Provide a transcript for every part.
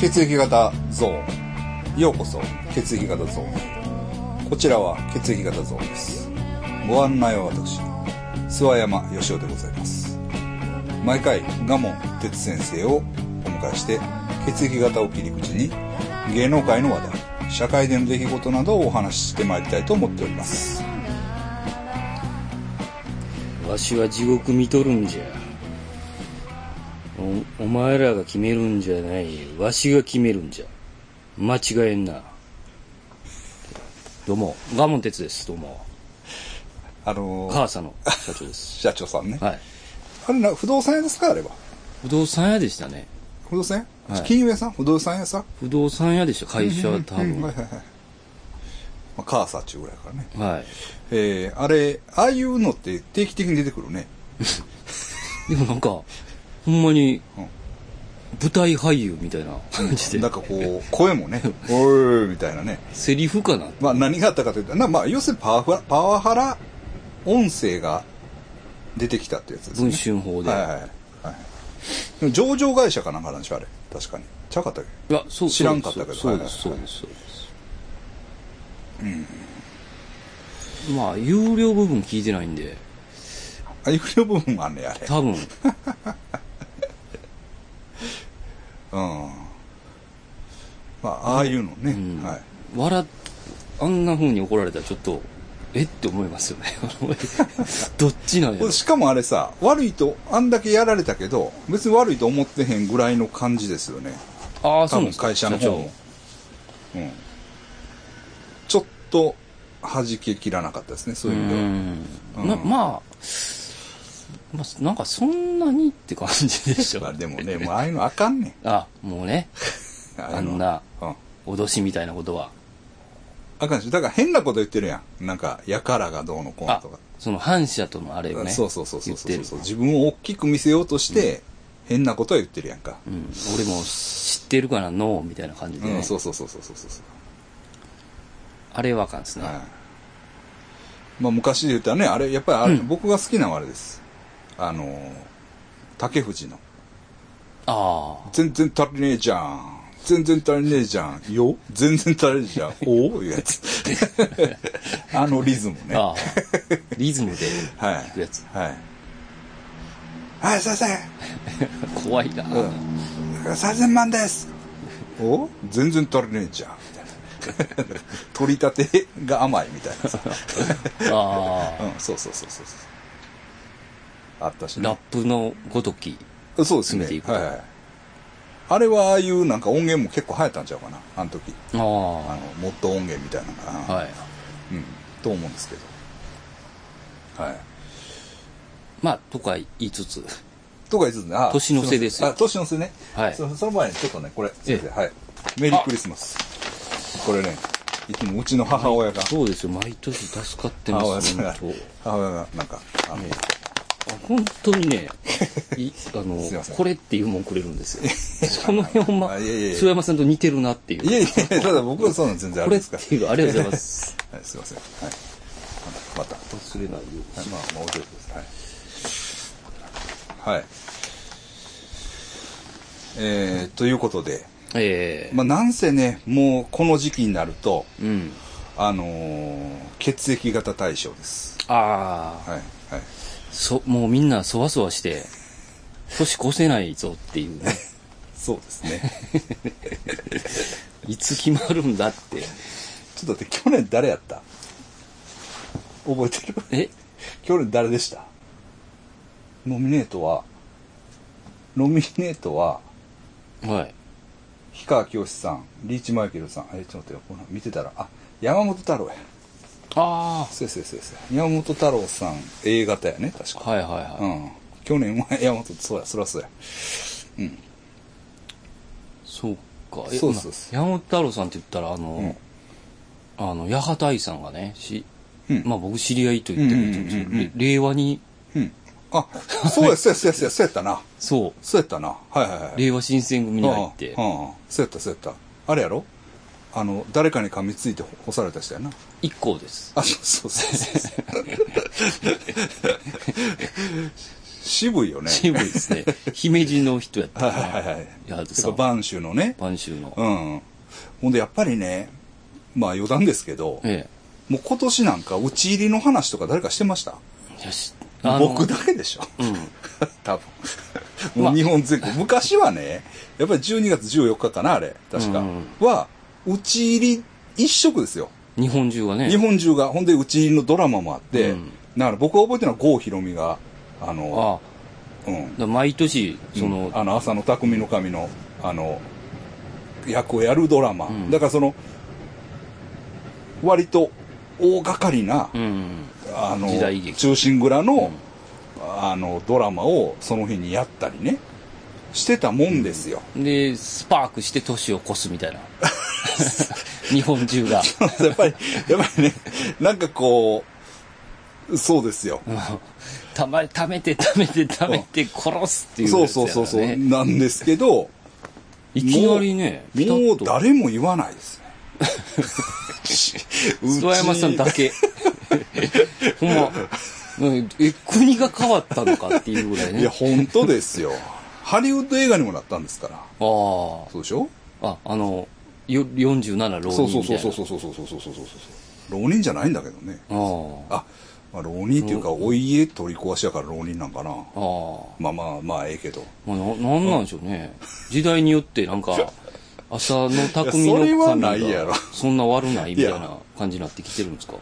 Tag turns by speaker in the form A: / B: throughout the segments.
A: 血液型ゾーンようこそ血液型ゾーンこちらは血液型ゾーンですご案内は私諏訪山義雄でございます毎回賀門哲先生をお迎えして血液型を切り口に芸能界の話題社会での出来事などをお話ししてまいりたいと思っております
B: わしは地獄見とるんじゃおお前らが決めるんじゃないわしが決めるんじゃ間違えんなどうも我門哲ですどうも
A: あのー
B: 川佐の社長 です
A: 社長さんね、
B: はい
A: あれな不動産屋ですかあれは
B: 不動産屋でしたね
A: 不動産屋、
B: はい
A: 金融屋さん不動産屋さん
B: 不動産屋でした会社は多
A: うん
B: 分
A: はいはいはい、まあ、カーサっちゅうぐらいからね
B: はい
A: えー、あれああいうのって定期的に出てくるね
B: でもなんかほんまに
A: うん
B: 舞台俳優みたいな感じ
A: な
B: で
A: んかこう声 もね「おい」みたいなね
B: セリフかな
A: まあ何があったかというとなまあ要するにパワハラパワハラ音声が出てきたってやつですね
B: 文春法で、
A: はいはいはいはいでも上場会社かなんかなんでしょあれ確かにちゃうかったっけ
B: いやそう
A: 知らんかったけど
B: そうですそうですそうですうんまあ有料部分聞いてないんで
A: あ有料部分もあんねやあれ
B: 多分
A: うんまあああいうのね、
B: うん
A: はい
B: 笑っあんな風に怒られたらちょっとえって思いますよね どっちなんや
A: こ
B: ろ
A: れしかもあれさ悪いとあんだけやられたけど別に悪いと思ってへんぐらいの感じですよね
B: ああそ
A: 多
B: うなん
A: 分
B: ですか
A: 会社の
B: 社
A: 方
B: 長
A: も、うん、ちょっと弾けきらなかったですねそう
B: う
A: いう意味では
B: ん
A: うん
B: なまあまあなんかそんなにって感じでし
A: まあ
B: ょ
A: でもねもうああいうのあかんねん
B: あもうね
A: ああ
B: あ
A: いうの
B: んな
A: うん
B: 脅しみたいなことは
A: あかんしだから変なこと言ってるやんなんかやからがどうのこうの
B: あ
A: とか
B: その反社とのあれをね
A: そうそうそうそうそう
B: 言って
A: そう
B: る
A: 自分を大きく見せようとして、変なことは言ってるやんか、
B: うん、俺も知ってるからノーみたいな感じで、
A: う
B: ね
A: ん、そうそうそうそうそうそうそう
B: あれはあかんですね、
A: はい。まあ昔で言ったらね、あれ、やっぱりあれ、
B: うん
A: 僕が好きなのはあれです。あのー、竹藤の。
B: ああ
A: 全然足りねえじゃん。全然足りねえじゃん。よ全然足りねえじゃん。おいうやつ。あのリズムね。は
B: ああリズ ムでいく
A: い。
B: やつ、
A: はい。はい、先生
B: 怖いな、
A: !3000 万ですお全然足りねえじゃん。みたいな取り立てが甘いみたいなさ。
B: ああ
A: うん、そうそうそうそうそう。あったしね。
B: ラップのごとき
A: そうですね
B: 詰めてい。くと
A: はいはい。あれはああいうなんか音源も結構流行ったんちゃうかな、あの時。あ
B: ああ
A: の、もっと音源みたいなのかな。
B: はい
A: うん。と思うんですけど。はい。
B: まあとか言いつつ
A: とか言いつつね、あ
B: 年の瀬ですよ
A: あ、年の瀬ね。
B: はい
A: そその前にちょっとね、これ、
B: ええ
A: 先生、はい。メリークリスマス。これね、いつもうちの母親が、
B: そうですよ毎年助かって
A: 母
B: ま
A: 親
B: す
A: が
B: 本当、
A: 母親が、なんか、あの、
B: ねあ本当にねいあの
A: すいません
B: これっていうもんくれるんですよその辺ほんま
A: あいやいやいや
B: 諏訪山さんと似てるなっていう
A: いやいや、ただ僕はそうなん全然あ
B: こ
A: れ
B: れ
A: で
B: っ
A: すから。
B: ていうありがとうございます
A: はい、すいません。はい。また。また
B: 忘れないよう
A: はい、まあ、もうちょっとです。はい。はい。えー、ということで、
B: ええ
A: まあ、なんせね、もうこの時期になると、
B: うん
A: あのー血液型対象です。
B: ああ、
A: はい。はい。
B: そ、もうみんなそわそわして、年越せないぞってい うね、
A: そうですね。
B: いつ決まるんだっ
A: ち
B: て。
A: ょっと待って、去年誰やった覚えてる
B: え
A: 去年誰でしたノミネートは、ノミネートは、
B: はい。
A: 氷川きよしさん、リーチマイケルさん、え、ちょっと待ってよ、この見てたら、あ、山本太郎や。
B: あ
A: そうそうそうそう。山本太郎さん、A 型やね、確
B: あ、
A: か。
B: はいはいはい。
A: うん。去年は山本、そうや、そらそうや。うん。
B: そうか。
A: そうそうそう
B: ま山本太郎さんって言ったら、あの、
A: ん
B: あの、八幡愛さんがね、し、
A: うん
B: まあ僕知り合いと言ってるんですけ
A: うん
B: ど
A: うんうんうん
B: れ令和に、
A: うん。あ、そうや、そうや、そうや、そうや、そうやったな。
B: そ
A: そうやったな。はいはいは
B: う、
A: い。
B: 令和新選組に入って
A: う、ん。うんそうやった、そうやった。あれやろあの、誰かに噛みついて干された人やな。
B: 一行です。
A: あ、そうそうそうそう。渋いよね。
B: 渋いで すね。姫路の人やった
A: はい
B: かな
A: はいはい。
B: や
A: やっ
B: っさ
A: ぱ晩秋のね。
B: 播州の。
A: うん。ほんでやっぱりね、まあ余談ですけど、
B: え
A: もう今年なんか打ち入りの話とか誰かしてました
B: え。よし。
A: 僕だけでしょ。
B: うん。
A: 多分。もう日本全国。昔はね、やっぱり12月14日かな、あれ。確か。
B: うん
A: は、打ち入り一色ですよ。
B: 日本中はね。
A: 日本中が。ほんで、打ち入りのドラマもあって、
B: うん
A: だから僕が覚えてるのは郷ひろみが、あの、
B: あ
A: うん
B: あ。。だ毎年、その、
A: あの、朝の匠の神の、あの、役をやるドラマ。
B: うん
A: だからその、割と大掛かりな、
B: うん。
A: あの
B: 時代劇
A: 中心蔵の,、あのドラマをその日にやったりねしてたもんですよ、
B: で、スパークして年を越すみた いな。日本中が。
A: やっぱりやっぱりねなんかこうそうですよ、
B: たま、ためて、ためて、ためて、殺すっていう、
A: そうそうそうそう、。なんですけど
B: いきなりね、ピタ
A: も
B: ッ
A: う
B: と
A: 誰も言わない ですねうち
B: 諏訪山さん だけ。ほんま、うんえ、国が変わったのかっていうぐらい
A: いや
B: ね。
A: 本当ですよハリウッド映画にもなったんですから
B: ああ。
A: そうでしょ
B: あ、あの、よ47浪
A: そう
B: 人
A: そう
B: みた
A: そそ
B: いうな。
A: うそうそうそうそうそうそう浪人じゃないんだけどね
B: ああ。
A: あ、まあ、浪人っていうか、お家取り壊しやから浪人なんかな。
B: ああ。も
A: まあまあまあ、ええけど。
B: うな、なんなんでしょうね。時代によってなんか、朝の匠
A: いやそれ
B: の
A: は
B: 神
A: ないやろ
B: が、そんな悪ないみたい
A: いや
B: な感じになってきてるんですか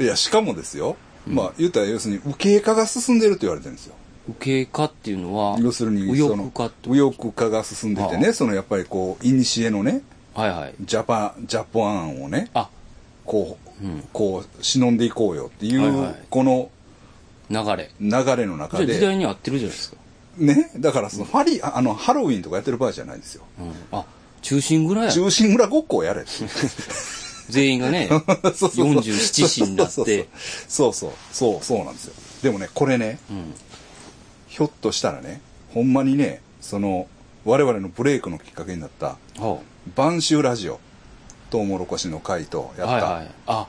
A: いや、しかもですよ。まあ、言ったら要するに、右傾化が進んでると言われてるんですよ。
B: 右傾化っていうのは、
A: 要するに、
B: 右
A: そ
B: 翼
A: の
B: 化って。
A: 右翼化が進んでて
B: あ
A: ね、そのやっぱりこう、いにしえのね、
B: はいはい。
A: ジャパン、ジャポンをね、
B: あ、
A: こう、こう、忍んでいこうよっていう、
B: はいはい
A: この
B: 流れ。
A: 流れの中
B: じゃあ時
A: で、
B: 代に合ってるじゃないですか。
A: ね、だからその、ファリ、ああの、ハロウィンとかやってる場合じゃないですよ。
B: うん。あ、中心ぐらいや。
A: 中心蔵ごっこをやれって。
B: 全員がね、
A: そうそうそう
B: 47子になっ
A: そう
B: て、
A: そうそうそうそうそうなんですよでもねこれね、
B: ん
A: ひょっとしたらねほんまにねその我々のブレイクのきっかけになった
B: は
A: 「晩秋ラジオ」「とうもろこしの会」と
B: あ
A: やった、
B: はいはい。あ、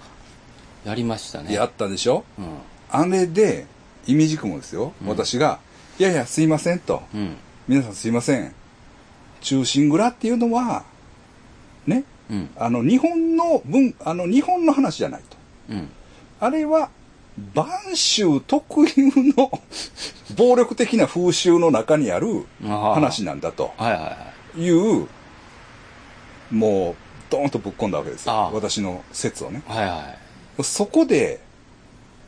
B: やりましたね。
A: やったでしょ
B: うん。
A: あれでいみじくもですよ、私が「いやいやすいません」と
B: うん。
A: 「皆さんすいません中心蔵っていうのはね
B: うん。
A: あの日本の文あの日本の話じゃない」と。
B: うん。
A: あれは、晩秋特有の 暴力的な風習の中にある
B: あはは
A: 話なんだと
B: はいはいはい。
A: いう、もう、ドーンとぶっ込んだわけですよ。
B: ああ
A: 私の説をね。
B: はいはい。
A: そこで、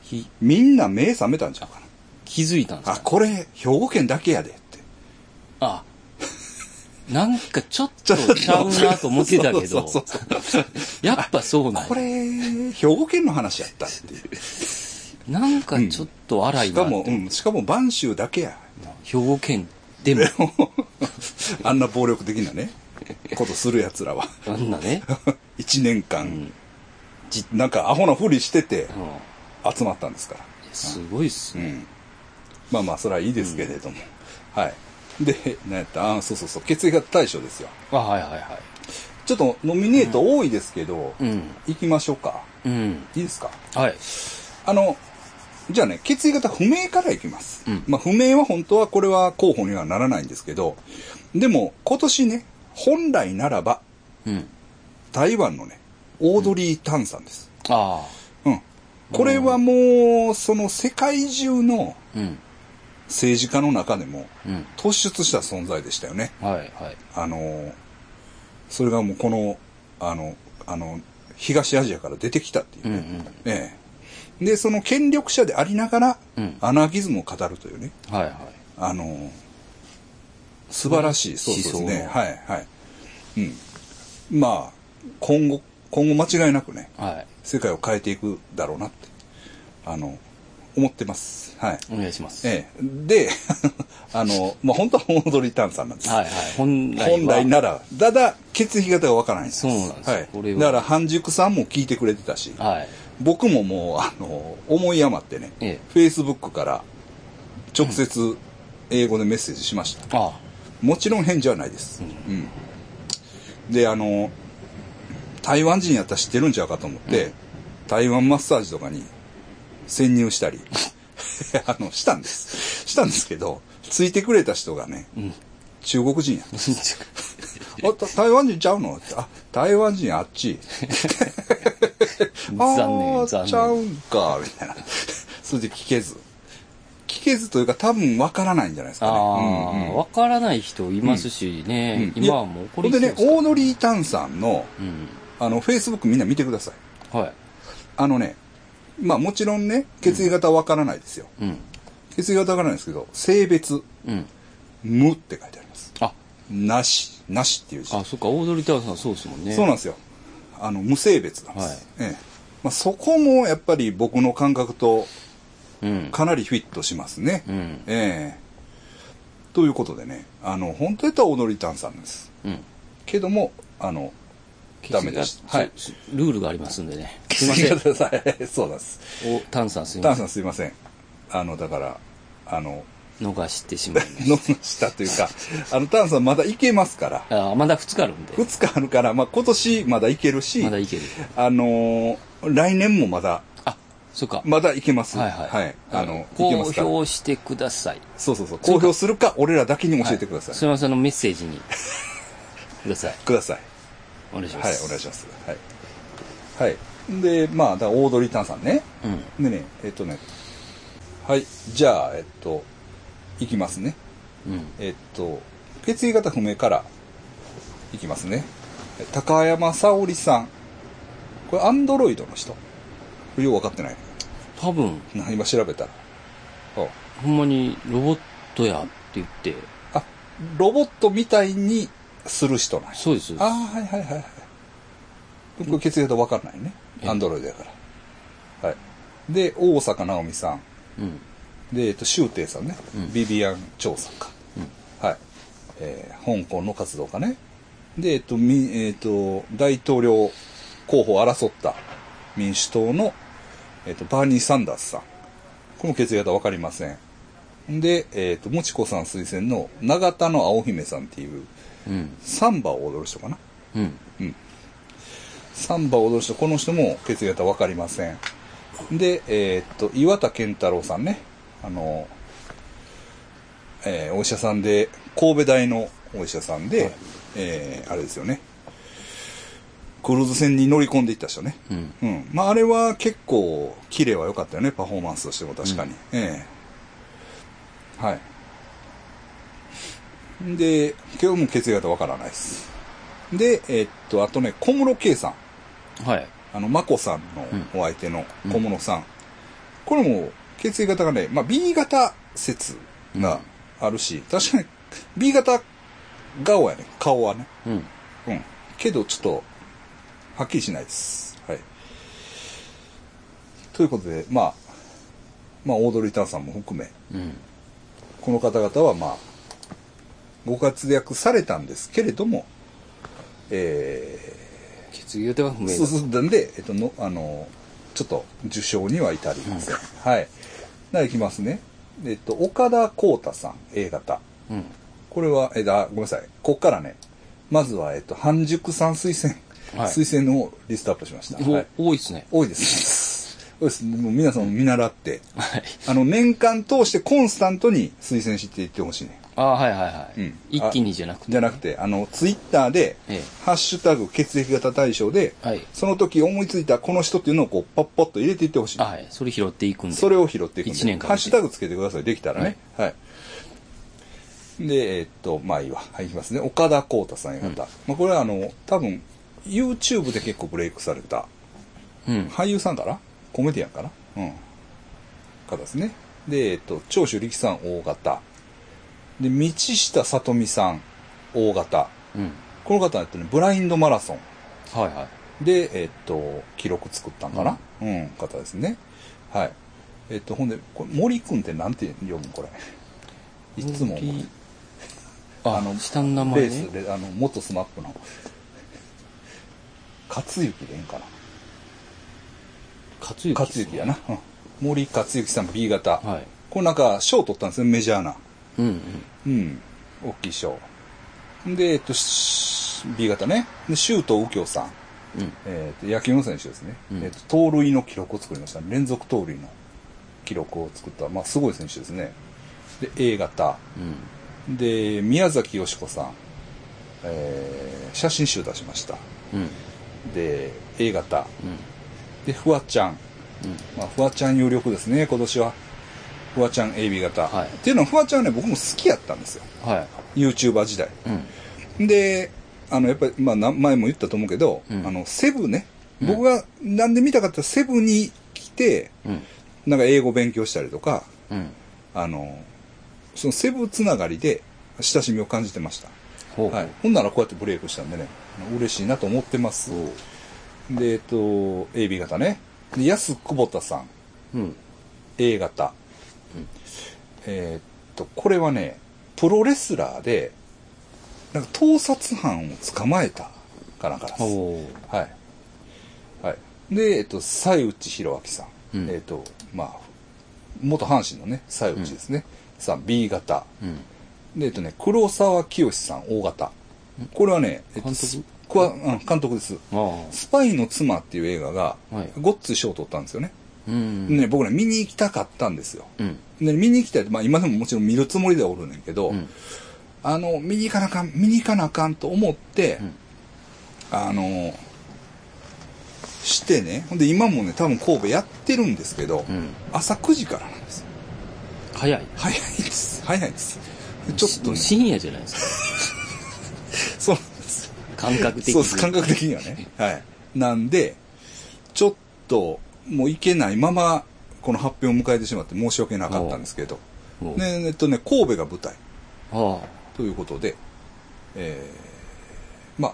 B: ひ、
A: みんな目覚めたんちゃうか
B: 気づいたんです
A: な。あ、
B: か
A: これ、兵庫県だけやでって。
B: あなんかちょっとちゃうなと思ってたけ ど
A: そう、そうそうそう
B: やっぱそうなんや
A: これ、兵庫県の話やったっていう。
B: なんかちょっと荒い
A: しか
B: なって
A: も、うん、しかも晩秋だけや。
B: 兵庫県でも、
A: あんな暴力的なね、ことする奴らは。
B: あんなね、
A: 1年
B: ん
A: 間、
B: じ
A: なんかアホなふりしてて
B: うん
A: 集まったんですから。
B: すごいっす
A: う
B: ね。
A: ん。まあまあ、それはいいですけれども。はい。で、何やったあ、そうそうそう。血液型対象ですよ。
B: あ、はいはいは
A: ちょっとノミネート多いですけど、
B: い。うん。
A: 行きましょうか。
B: うん。
A: いいですか
B: はい。
A: あの、じゃあね、血液型不明からいきます。
B: うん
A: まあ、不明は本当はこれは候補にはならないんですけど、でも、今年ね、本来ならば、
B: うん。
A: 台湾のね、オードリー・タンさんです。
B: あ
A: うん。これはもう、その世界中の
B: あ。うん。
A: 政治家の中でも
B: うん。
A: 突出した存在でしたよね。
B: はいはい。
A: あの、それがもうこの、あの、あの、東アジアから出てきたっていううん
B: う
A: ね。
B: ん。
A: ええ。で、その権力者でありながら、
B: うん
A: アナーキズムを語るというね、
B: はいはい。
A: あの、素晴らしい、そうです
B: 思想
A: ね。
B: の
A: はい、はい。うん。まあ、今後、今後間違いなくね、
B: はい。
A: 世界を変えていくだろうなって、あの、思ってます。はい。
B: お願いします。
A: ええ。で、 あの、まあ、本当はオードリー・タンさんなんです。
B: はいはい。本来は。
A: 本来なら、ただ、血液型がわからないんです。
B: そうなんですよこ
A: は
B: れ
A: い。
B: は
A: だから、半熟さんも聞いてくれてたし、
B: はい。
A: 僕ももう、あの、思い余ってね、
B: え
A: Facebook から直接英語でメッセージしました。
B: ああ。
A: もちろん返事はないです。うん。で、あの、台湾人やったら知ってるんちゃうかと思って、台湾マッサージとかに潜入したり、 あの、したんです。したんですけど、ついてくれた人がね、中国人やった。あ、た台湾人ちゃうのってあ、台湾人あっち。
B: 残念
A: あー
B: 残念
A: ちゃうんか、みたいな。それで聞けず。聞けずというか多分わからないんじゃないですか
B: あ
A: ね。
B: あ、わ
A: うんうん
B: からない人いますしね、
A: うん
B: 今はもう怒
A: ほん
B: り
A: で
B: そう
A: ね
B: で、す
A: オードリー・タンさんの、
B: うん。
A: あの、フェイスブックみんな見てください。
B: はい。
A: あのね、まあもちろんね、血液型わからないですよ。
B: うん。
A: 血液型わからないですけど、性別、
B: うん。
A: 無って書いてあります。
B: あ、
A: なし、なしっていう字。
B: あ、そっか、オードリー・タワーさんそうですもんね。
A: そうなんですよ。あの、無性別なんです。
B: はい
A: ええまあ、そこもやっぱり僕の感覚と
B: うん。
A: かなりフィットしますね。
B: うん。
A: ええということでね、あの、本当やったら踊りたんさんです。
B: うん。
A: けども、あの、ダメでし
B: 血
A: た。
B: 圧
A: はい。
B: そうルールがありますんでね。すいません。
A: ください。そうなん です。
B: お、炭酸すい
A: タ
B: ま
A: ン
B: せ
A: さ
B: ん。
A: んすいません。あの、だから、あの、
B: 逃してしまいまし
A: 飲みしたという か、あの、タンさんまだいけますから、
B: た。あ、まだ2日あるんで。
A: 2日あるから、まあ、今年まだいけるし、
B: まだいける。
A: あのー来年もまだ、
B: あ、そっか。
A: まだいけます。
B: はいはい。
A: あの、い
B: 公
A: けますから。
B: 表してください。
A: そうそうそう。公表するか、俺らだけに教えてください。
B: すみません、あのメッセー ジに。ください。
A: ください。
B: お願いしま
A: はい、
B: す。
A: お願いします。はい。はい。で、まあ、だからオードリー・タンさんね。
B: うん。
A: でね、えっとね。はい。じゃあ、えっと、いきますね。
B: うん。
A: えっと、血液型不明からいきますね。高山沙織さん。これ、アンドロイドの人。これよくわかってない。
B: 多分、
A: な今調べたら。うん
B: ほんまにロボットやって言って、
A: あ、ロボットみたいにする人なんや
B: そうです。
A: ああ、はいはいはいはい。これ血液型わかんないね。
B: え
A: アンドロイドやから。はい。で、大坂なおみさん。
B: うん。
A: で、えっと、シュウテイさんね。
B: うん
A: ビビアン・チョウさんか。はい。えー香港の活動家ね。で、えっと、み、えっと、大統領候補を争った民主党の、えっと、バーニー・サンダースさん。この血液型わかりません。で、えっと、もちこさん推薦の永田の青姫さんっていう、
B: うん。
A: サンバを踊る人かな。
B: うん。
A: サンバを踊る人、この人も血液型わかりません。で、えーっと、岩田健太郎さんね、あの、えーお医者さんで、神戸大のお医者さんで、えーあれですよね、クルーズ船に乗り込んでいった人ね。
B: うん。
A: うん。まあ、あれは結構、綺麗は良かったよね、パフォーマンスとしても確かに。ええはい。で、今日も血液型わからないです。で、えっと、あとね、小室圭さん。
B: はい。
A: あの、眞子さんのお相手の小室さん。これも、血液型がね、まあ、B 型説があるし、確かに B 型顔やね、顔はね。
B: うん。
A: うん。けど、ちょっと、はっきりしないです。はい。ということで、まあ、まあ、オードリー・タンさんも含め、
B: うん。
A: この方々は、まあ、ご活躍されたんですけれども、え
B: 血液型は不明
A: ー、
B: だ。
A: 進んだんで、えっと、の、あの、ちょっと、受賞には至りません。はい。な、いきますね。えっと、岡田光太さん、A 型。
B: うん。
A: これは、えだ、ごめんなさい。こっからね、まずは、えっと、半熟さん推薦、
B: はい
A: 推薦をリストアップしました。
B: お
A: はい、
B: 多いですね。
A: 多いです。多いです。もう皆さんも見習って、
B: はい。
A: あの、年間通してコンスタントに推薦していってほしいね。
B: ああ、はいはいは
A: う
B: い。
A: ん
B: 一気にじゃなくて。
A: じゃなくて、あの、ツイッターで、
B: え
A: ハッシュタグ血液型大賞で、
B: はい
A: その時思いついたこの人っていうのをこう、パッパッと入れていってほしい。
B: あはい。それ拾っていくんで。
A: それを拾っていくんで
B: 一年間
A: ハッシュタグつけてください。できたらね。はい。で、えっと、まあいいわ。はい、いきますね。岡田光太さんや方。まあこれはあの、多分、YouTube で結構ブレイクされた
B: うん。
A: 俳優さんかなコメディアンかなうん。方ですね。で、えっと、長州力さん、大型。で、道下さとみさん、大型。
B: うん。
A: この方は、えっとね、ブラインドマラソン。
B: はいはい。
A: で、えっと、記録作ったんかな、うん、方ですね。はい。えっと、ほんで、これ森くんってなんて読むこれ。いつも、
B: 森あ、
A: あの
B: 下の名
A: ベ
B: 前
A: ー
B: ね
A: ス。で、あの、元スマップの、勝之でええんかな
B: 勝之さん。
A: 勝之やな。うん、森勝之さん B 型。
B: はい。
A: これなんか、賞取ったんですね、メジャーな。
B: うんうん。
A: うん。大きい賞。で、えっと、し B 型ね。で、周東右京さん。
B: うん。
A: えーと野球の選手ですね、
B: うん
A: えーと盗塁の記録を作りました連続盗塁の記録を作った、まあ、すごい選手ですね。で、A 型。
B: うん。
A: で、宮崎美子さん、えー写真集出しました。
B: うん。
A: で、A 型。
B: うん。
A: で、フワちゃん。
B: うん。
A: まあ、フワちゃん有力ですね、今年は。フワちゃん AB 型。
B: はい
A: っていうのは、フワちゃんはね、僕も好きやったんですよ。
B: は
A: YouTuber 時代。
B: い。うん。
A: で、あの、やっぱり、まあ、な前も言ったと思うけど、
B: うん
A: あの、セブンね。僕がなんで見たかったら、セブンに来て、
B: うん。
A: なんか英語勉強したりとか、
B: うん。
A: あの、そのセブンつながりで親しみを感じてました。
B: ほう。
A: はい。ほんならこうやってブレイクしたんでね、嬉しいなと思ってます。で、えっと、AB 型ね。で、安久保田さん、
B: うん。
A: A 型。えーっと、これはね、プロレスラーで、なんか盗撮犯を捕まえたかなんかです。
B: ほう。
A: はい。はい。で、えっと、西内弘明さん。
B: うん
A: えっと、まあ、元阪神のね、西内ですね。さん、B 型。
B: うん。
A: で、えっとね、黒沢清さん、O 型。これはね、えっと、
B: 監督
A: スこわうん、監督です。
B: ああ。
A: スパイの妻っていう映画が、
B: はい
A: ごっつい賞を取ったんですよね。
B: うん。
A: でね、僕ね、見に行きたかったんですよ。
B: うん。
A: で、見に行きたい。まあ、今でももちろん見るつもりではおるねんけど、
B: うん。
A: あの、見に行かなあかん、見に行かなあかんと思って、
B: ん
A: あの、してね、ほんで今もね、多分神戸やってるんですけど、
B: うん。
A: 朝9時からなんです。
B: 早い。
A: 早いです。早いです。でちょっとね、
B: 深夜じゃないです
A: そうなんです。
B: か。感覚的に。
A: そうです、感覚的にはね。はい。なんで、ちょっと、もう行けないまま、この発表を迎えてしまって申し訳なかったんですけど、
B: おう
A: ね、えっとね、神戸が舞台。
B: あ
A: ということで、えー、ま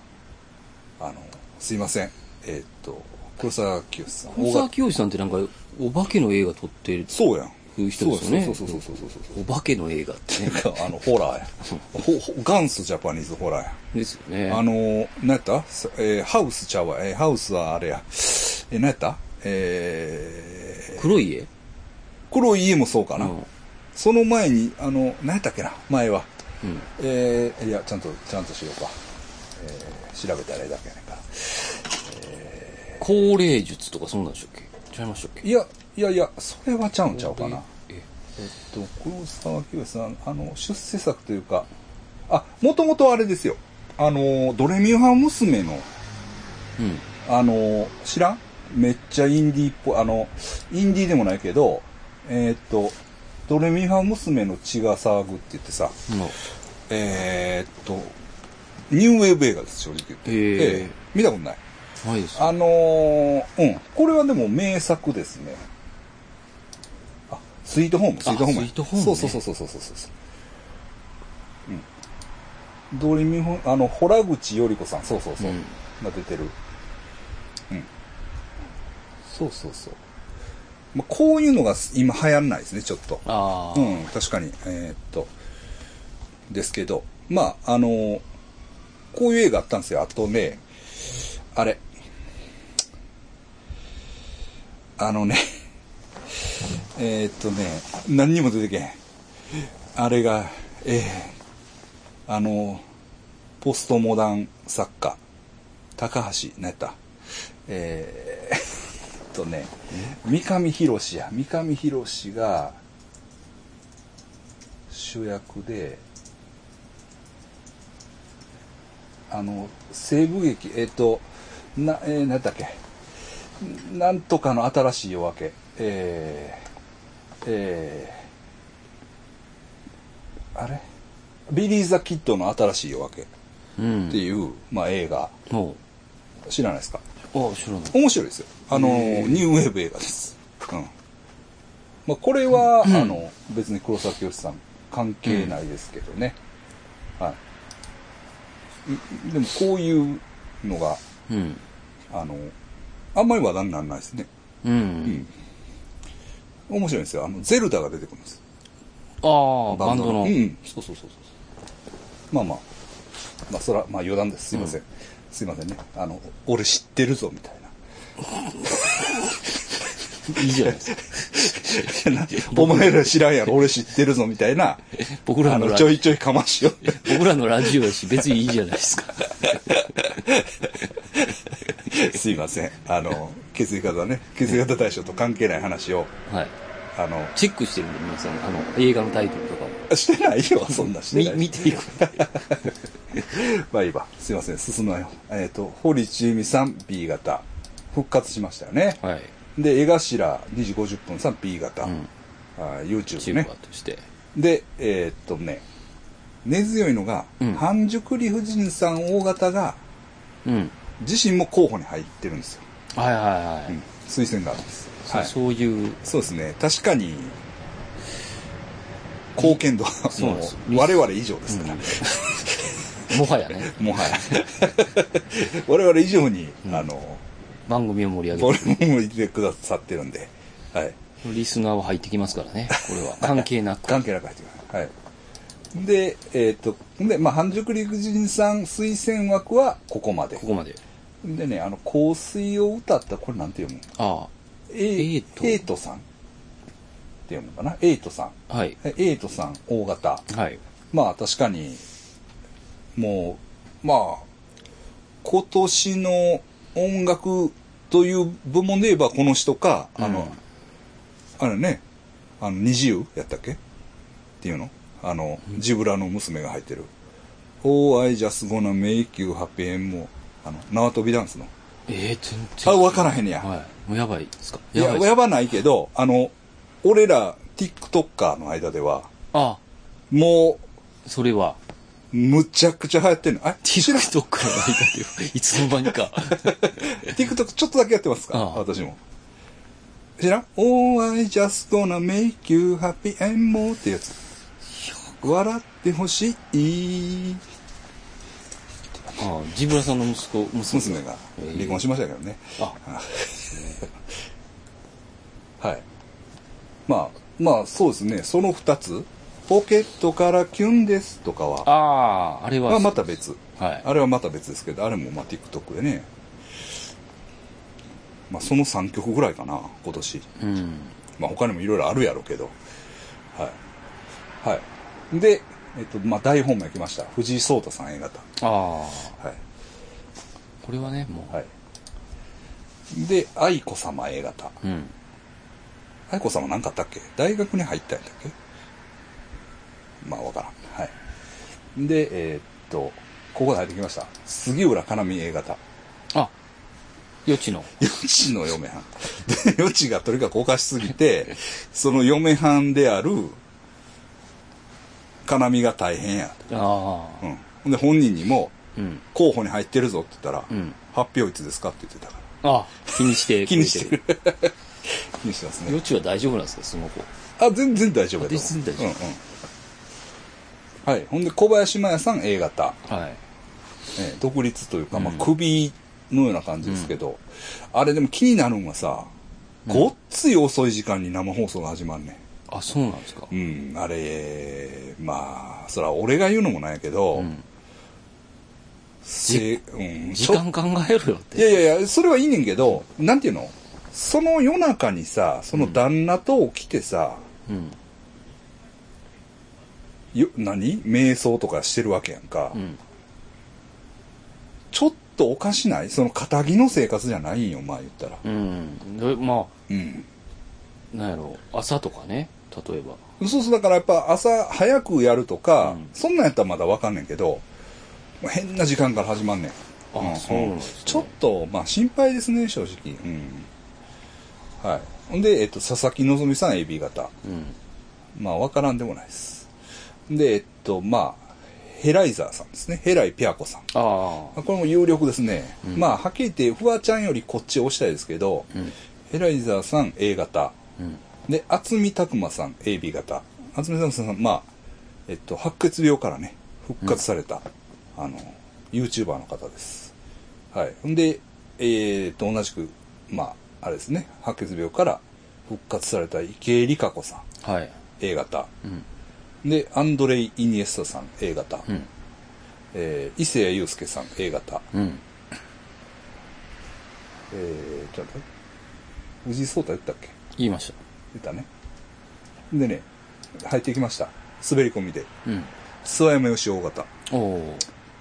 A: あ、あの、すいません。えーっと、黒沢清さん。
B: あ。小沢清さんってなんか、お化けの映画撮ってる
A: そうやん。
B: いう人ですよね
A: そうそうそうそうそうそうそう。
B: お化けの映画ってね。
A: なんかあの、ホラーや。ほほ元祖ジャパニーズホラーや。
B: ですよね。
A: あの、何やったさえーハウスちゃうわ。えーハウスはあれや。えー、何やったえー、
B: 黒い絵
A: 黒い家もそうかな。
B: うん
A: その前に、あの、何やったっけな前は。
B: うん。
A: えー、いや、ちゃんと、ちゃんとしようか。えー、調べたらええだけやねんから。
B: 高齢術とかそんなんでしたっけ違いましたっけ
A: いや、いやいや、それはちゃうんちゃうかな。
B: え
A: えっと、黒沢清さん、あの、出世作というか、あ、もともとあれですよ。あの、ドレミファ娘の、
B: うん。
A: あの、知らんめっちゃインディーっぽい、あの、インディーでもないけど、えっと、ドレミファ娘の血が騒ぐって言ってさ、
B: まあ、
A: えっと、ニューウェーブ映画です、正直言って。
B: へー
A: ええ見たことない。
B: ないです。
A: あのーうん、これはでも名作ですね。あ、スイートホーム、スイートホームや。
B: スイートホームね
A: そうそうそうそうそうそうそう。うん。ドリミフォン、あの、洞口より子さん、そうそうそう、
B: うん
A: が出てる。うん。そうそうそう。まあ、こういうのが今流行んないですね、ちょっと。
B: ああ。
A: うん、確かに。えーっと、ですけど、まあ、あのこういう映画あったんですよ。あとね、あれ、あのね、 えーっとね、何にも出てけん。あれが、えーあのポストモダン作家、高橋、何やったえー えっとね、三上博史や、三上博史が、主役であの西部劇えっ、とな、えー、何だっけんなんとかの新しい夜明けえー、えー、あれビリー・ザ・キッドの新しい夜明けっ
B: うん。
A: ていう、まあ、映画
B: も
A: 知らないですか
B: う。ああ、知らない。
A: 面白いですよあのニューウェーブ映画です、うんまあ、これは、あの別に黒沢清さん関係ないですけどね、はいいでもこういうのが
B: うん。
A: あのあんまり話題にならないですね
B: うん。
A: 面白いんですよあのゼルダが出てくるんです
B: ああ、バンドの。
A: うん
B: そうそうそうそう。
A: まあまあまあそれはまあ余談ですすいません、すいませんねあの俺知ってるぞみたいない
B: いじゃないですか。
A: お前ら知らんやろ俺知ってるぞみたいな
B: 僕ら
A: あ
B: の
A: の
B: ラ
A: ち
B: ジ
A: ょ
B: オ。
A: いちょいかましよう
B: 僕らのラジオだし、別にいいじゃないです か。
A: すいません。あの、血液型ね、血液型対象と関係ない話を
B: はい。
A: あの、
B: チェックしてるんで、皆さん、あの、映画のタイトルとかも。
A: してないよ、そんなして
B: み
A: ない。
B: 見て いく。
A: まあいいわ。すいません、進まないよ。えっ、と、堀ちえみさん B 型。復活しましたよね。
B: はい。
A: で、江頭2時50分さん B 型。
B: ん
A: あー
B: チ
A: YouTube
B: ー
A: ね
B: ム。として。
A: で、えーっとね、根強いのが、
B: うん
A: 半熟理不尽さん大型が、
B: うん。
A: 自身も候補に入ってるんですよ。
B: はいはいは
A: うん
B: い。
A: 推薦があるんです。
B: そ
A: はい。
B: そういう、
A: そうですね、確かに、貢献度は
B: そう
A: も
B: なんです
A: う、我々以上ですから。
B: もは やね、
A: もはや。我々以上に、あの、
B: 番組を盛り上
A: ボ
B: げ
A: リュームを入れてくださってるんで、はい。
B: て、リスナーは入ってきますか らね、これは。関係なく。
A: 関係なく入ってください。はい。で、えーっと、で、まあ、半熟理不尽さん推薦枠はここまで
B: こ。こまで。
A: でね、あの、香水を歌った、これなんて読む
B: あ
A: エ
B: エ
A: イ
B: イ
A: ト。
B: ト
A: エイトさんって読むのかなエイトさん。
B: あ、はい。
A: えエイトさん、大型。
B: はい。
A: まあ確かに、もう、まあ、今年の音楽という部門で言えばこの人か、あの、あれね、あの、二自由やったっけっていうのあの、ジブラの娘が入ってる。Oh, I just gonna make you happy and more. あの、縄跳びダンスの。
B: ええ、全
A: あ、
B: 然。
A: わからへんねや。
B: はい。もうやばいですか
A: いや、
B: ばいっす
A: やばないけど、あの、俺ら TikToker の間では、
B: あ、
A: も
B: それは、
A: う、むちゃくちゃ流行ってるの。あ、知らん
B: TikTok の間で、いつの間 にか。
A: TikTok ちょっとだけやってますか
B: ああ
A: 私も。知らん ?Oh, I just gonna make you happy and more ってやつ。笑ってほしい
B: ああ、ジブラさんの息子、娘
A: 娘が離婚しましたけどね。
B: あ、
A: はい。まあ、まあそうですね。その二つ。ポケットからキュンですとかは、
B: ああ、あれは、
A: まあまた別。
B: はい。
A: あれはまた別ですけど、あれもまあ TikTok でね。まあその3曲ぐらいかな、今年。
B: うん。
A: まあ他にもいろいろあるやろうけど。はい。はい。で、えっと、まあ大本命来ました。藤井聡太さん A 型。
B: あ
A: はい。
B: あ、これはね、もう。
A: はい。で、愛子様 A 型。
B: うん。
A: 愛子様なんかあったっけ大学に入ったんだっけまあわからん。はい。で、えーっと、ここで入ってきました。杉浦かなみ A 型。
B: あ、予知の。
A: 余地の嫁はん。で、余地がとにかくおかしすぎて、その嫁はんである、金見が大変やと。
B: あ
A: う
B: あ。
A: ん。ほんで、本人にも、
B: うん。
A: 候補に入ってるぞって言ったら、
B: うん
A: 発表いつですかって言ってたから。
B: あ、気にして
A: 気
B: くれてる。
A: にしてる。気にしてますね。
B: 予知は大丈夫なんですか、その子。
A: あ、全然大丈夫やと思う
B: 全然大
A: う
B: 丈夫
A: んうん。はい。ほんで、小林麻也さん A 型。
B: はい。
A: ええ独立というか、まあ、首のような感じですけど、あれでも気になるんはさ、ごっつい遅い時間に生放送が始まんね
B: あ、そうなんですか
A: ん。。うん、あれ、まあ、そら俺が言うのもなんやけど、
B: うん
A: せうん、
B: 時
A: ちょ
B: 間考えろよっ
A: いや
B: て。
A: いやいや、それはいいねんけど、なんていうのその夜中にさ、その旦那と起きてさ、
B: うん。
A: よ何瞑想とかしてるわけやんか。
B: うん。
A: ちょっとおかしないその仇の生活じゃないんよ、まあ言ったら。
B: うん。でま
A: うん。
B: あ、なんやろう、朝とかね、例えば。
A: そうそう、だからやっぱ朝早くやるとか、
B: うん
A: そんなんやったらまだわかんねんけど、変な時間から始まんねん。
B: あ
A: ん
B: そうなんですね
A: ちょっと、まあ心配ですね、正直。うん。はい。ほんで、えっと、佐々木希さん AB 型。
B: うん。
A: まあわからんでもないです。で、えっと、まあ、ヘライザーさんですね。ヘライピアコさん。
B: ああ。
A: これも有力ですね。まあ、はっきり言って、フワちゃんよりこっちを押したいですけど、
B: うん。
A: ヘライザーさん A 型。
B: うん。
A: で、渥美拓磨さん AB 型。渥美拓磨さん、まあ、えっと、白血病からね、復活された、あの、YouTuber の方です。はい。んで、えーっと、同じく、まあ、あれですね、白血病から復活された池江璃花子さん
B: はい。
A: A 型。
B: うん。
A: で、アンドレイ・イニエスタさん A 型。
B: うん。
A: えー伊勢谷友介さん A 型。
B: うん。
A: えー、ちょっと待って藤井聡太言ったっけ
B: 言いまし
A: 言ったね。でね、入ってきました。滑り込みで。
B: た。うん。
A: 諏訪山義雄型。
B: おお。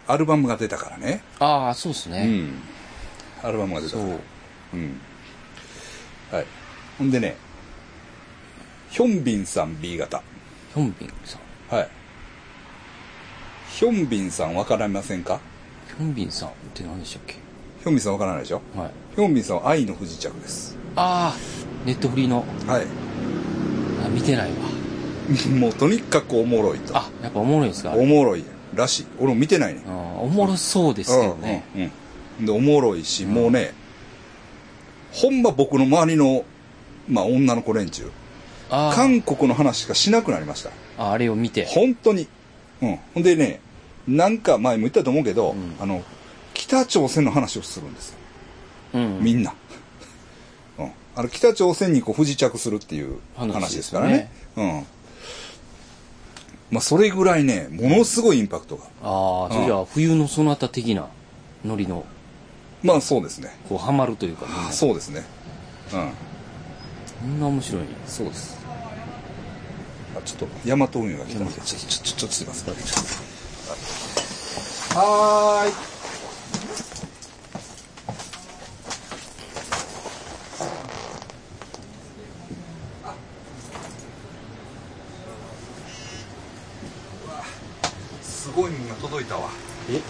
A: アルバムが出たからね。
B: ああ、そうです
A: う
B: ね。
A: ん。アルバムが出た
B: そ
A: から。
B: う
A: う。ん。はい。ほんでね、ヒョンビンさん B 型。
B: ヒョンビンさん。
A: はい。ヒョンビンさんわからませんか
B: ヒョンビンさんって何でしたっけ
A: ヒョンビンさんわからないでしょ
B: はい。
A: ヒョンビンさんは愛の不時着です。
B: ああ、ネットフリーの。
A: はい。
B: あ、見てないわ。
A: もうとにかくおもろいと。
B: あ、やっぱおもろいんですかあ
A: お
B: れ
A: もろいらしい。俺も見てないね。
B: あーおもろそうですけどね。
A: うんうんうん、でおもろいし、もうねほんま僕の周りの、まあ、女の子連中
B: あー
A: 韓国の話しかしなくなりました
B: あ、あれを見て。
A: 本当に、うん、ほんでねなんか前も言ったと思うけど、
B: ん
A: あの北朝鮮の話をするんですよ
B: うん。
A: みんな、うん、あの北朝鮮にこう不時着するっていう話ですからねうんまあ、それぐらいねものすごいインパクトが
B: ああ、それじゃあ、冬のそなた的なノリの、
A: まあそうですね
B: こう、ハマるというか、みんな
A: そうですねうん
B: こんな面白いんや
A: そうです。あ、ちょっと、ヤマト運輸が来たので、ちょ、ちょ、ちょ、ちょ、すいません。はーい。すごいもんが届いたわ。
B: え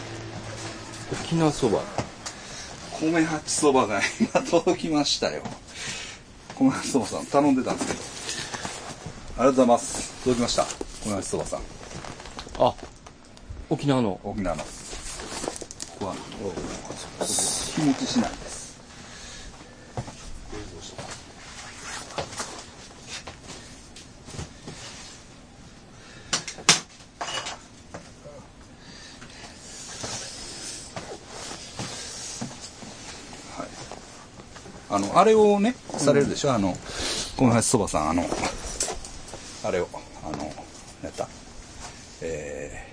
B: 沖縄そば。
A: 米八そばが今届きましたよ。米八そばさん頼んでたんですけど。ありがとうございます。届きました。米八そばさん。
B: あ、沖縄の。
A: 沖縄の。ここは、おここ日持ちしないです。これどうしようかあの、あれをね、されるでしょ、あの、この橋そばさん、あの、あれを、あの、やった。え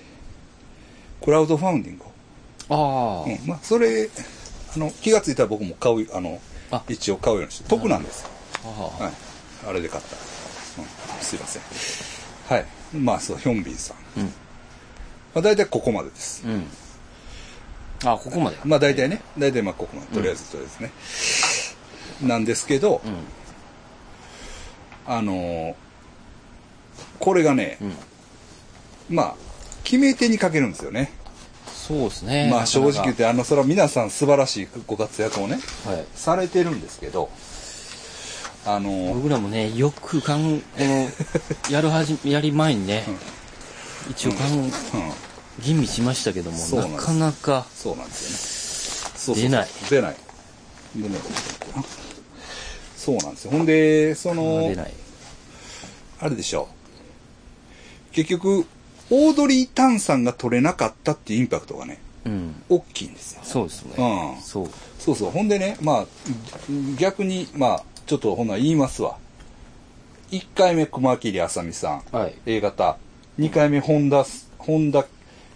A: ー、クラウドファウンディングを。
B: あ
A: うん、まあ、それ、あの、気がついたら僕も買う、あの
B: あ、
A: 一応買うようにして、得なんです。
B: あ、あ
A: はい。あれで買った。うん、すいません。はい。まあ、そう、ヒョンビンさん。
B: うん
A: まあ、大体ここまでです。
B: あ、うん。あ、ここまで。
A: まあ大体ね、大体まあここまで、とりあえずとりあえずね。なんですけど、
B: ん
A: あのーこれがね、まあ、決め手にかけるんですよね。
B: そうですね。
A: まあ正直言っ
B: な
A: て、あの、それは皆さん素晴らしいご活躍をね、
B: かなか。はい。
A: されてるんですけど、あのー
B: 僕らもね、よくかん、こ の、やるはじ、やり前にね、一応かん、
A: うん、
B: 吟味しましたけども
A: そうなん、
B: な
A: です
B: かなか、
A: そうなんですよね。そうそうそう
B: 出ない
A: 出ない。でね、あそうなんですよ。ほんで、その、
B: 出ない。
A: あれでしょう。結局、オードリー・タンさんが取れなかったっていうインパクトがね、
B: うん。
A: 大きいんですよ。
B: そうですね。
A: うん
B: そう。
A: そうそう。ほんでね、まあ、逆に、まあ、ちょっとほんなら言いますわ。1回目、熊切あさみさん、
B: はい
A: A 型。2回目、本田、本田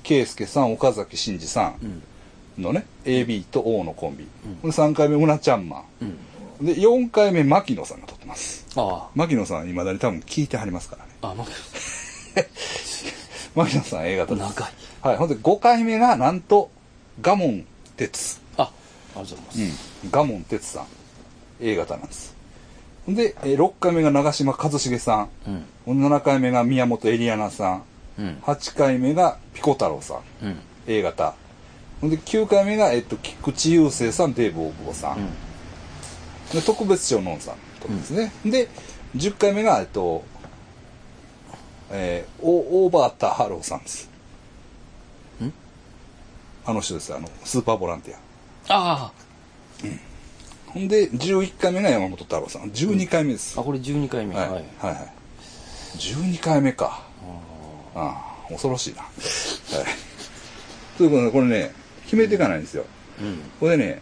A: 圭佑さん、岡崎慎二さんのね、AB と O のコンビ。これ3回目、うなちゃんマン。で、4回目、牧野さんが取ってます。
B: あ
A: 牧野さんは未だに多分聞いてはりますからね。
B: あ、あ、ま、
A: 牧野さん A 型です。
B: 長い。
A: はい、ほんで5回目がなんと、ガモン哲。
B: あ、ありがとうございます。
A: ガモン哲さん。A 型なんです。ほんで、えー6回目が長嶋一茂さん。
B: うん。
A: ほんで7回目が宮本エリアナさん。
B: うん。
A: 8回目がピコ太郎さん。
B: うん。
A: A 型。ほんで9回目が、えっと、菊池雄星さん、デーブ大久保さん。で特別賞のんさんとですね。で、10回目が、えっと、えー、おオーバータハローさんです。
B: ん
A: あの人です、あの、スーパーボランティア。
B: あ
A: ほんで、11回目が山本太郎さん。12回目です。
B: あ、あ、これ12回目。
A: はい、
B: は
A: はいい、。はい。12回目か。ああ、恐ろしいな。はい。ということで、これね、決めていかないんですよ。
B: うん。
A: これね、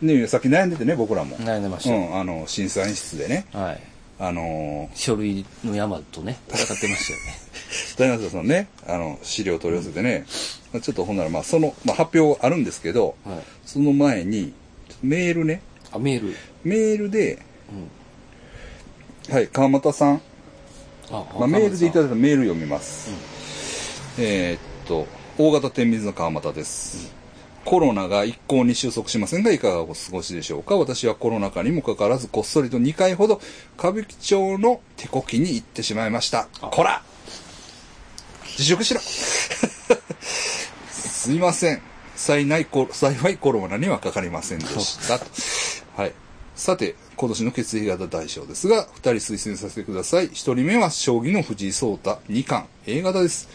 A: ね、さっき悩んでてね、僕らも。
B: 悩んでまし
A: う
B: たよ。
A: ん、あの、審査員室でね、
B: はい。
A: あの
B: 書類の山とね、戦ってましたよ
A: ー、
B: ね。
A: 大学さんね、あの、資料を取り寄せてね、まあちょっとほんなら、まあ、その、まあ、発表あるんですけど、
B: はい。
A: その前に、ちょっとメールね、
B: あ、メール。
A: メールで、はい、川俣さん、
B: あ、
A: まあ、メールでいただ
B: だ
A: いたメール読みます。えーっと、大型天水の川又です。コロナが一向に収束しませんが、いかがお過ごしでしょうか私はコロナ禍にもかかわらず、こっそりと2回ほど、歌舞伎町の手こきに行ってしまいました。こら自粛しろすいません。幸いコロ幸いコロナにはかかりませんでした。とはい。さて、今年の血液型大賞ですが、2人推薦させてください。1人目は将棋の藤井聡太2冠 A 型です。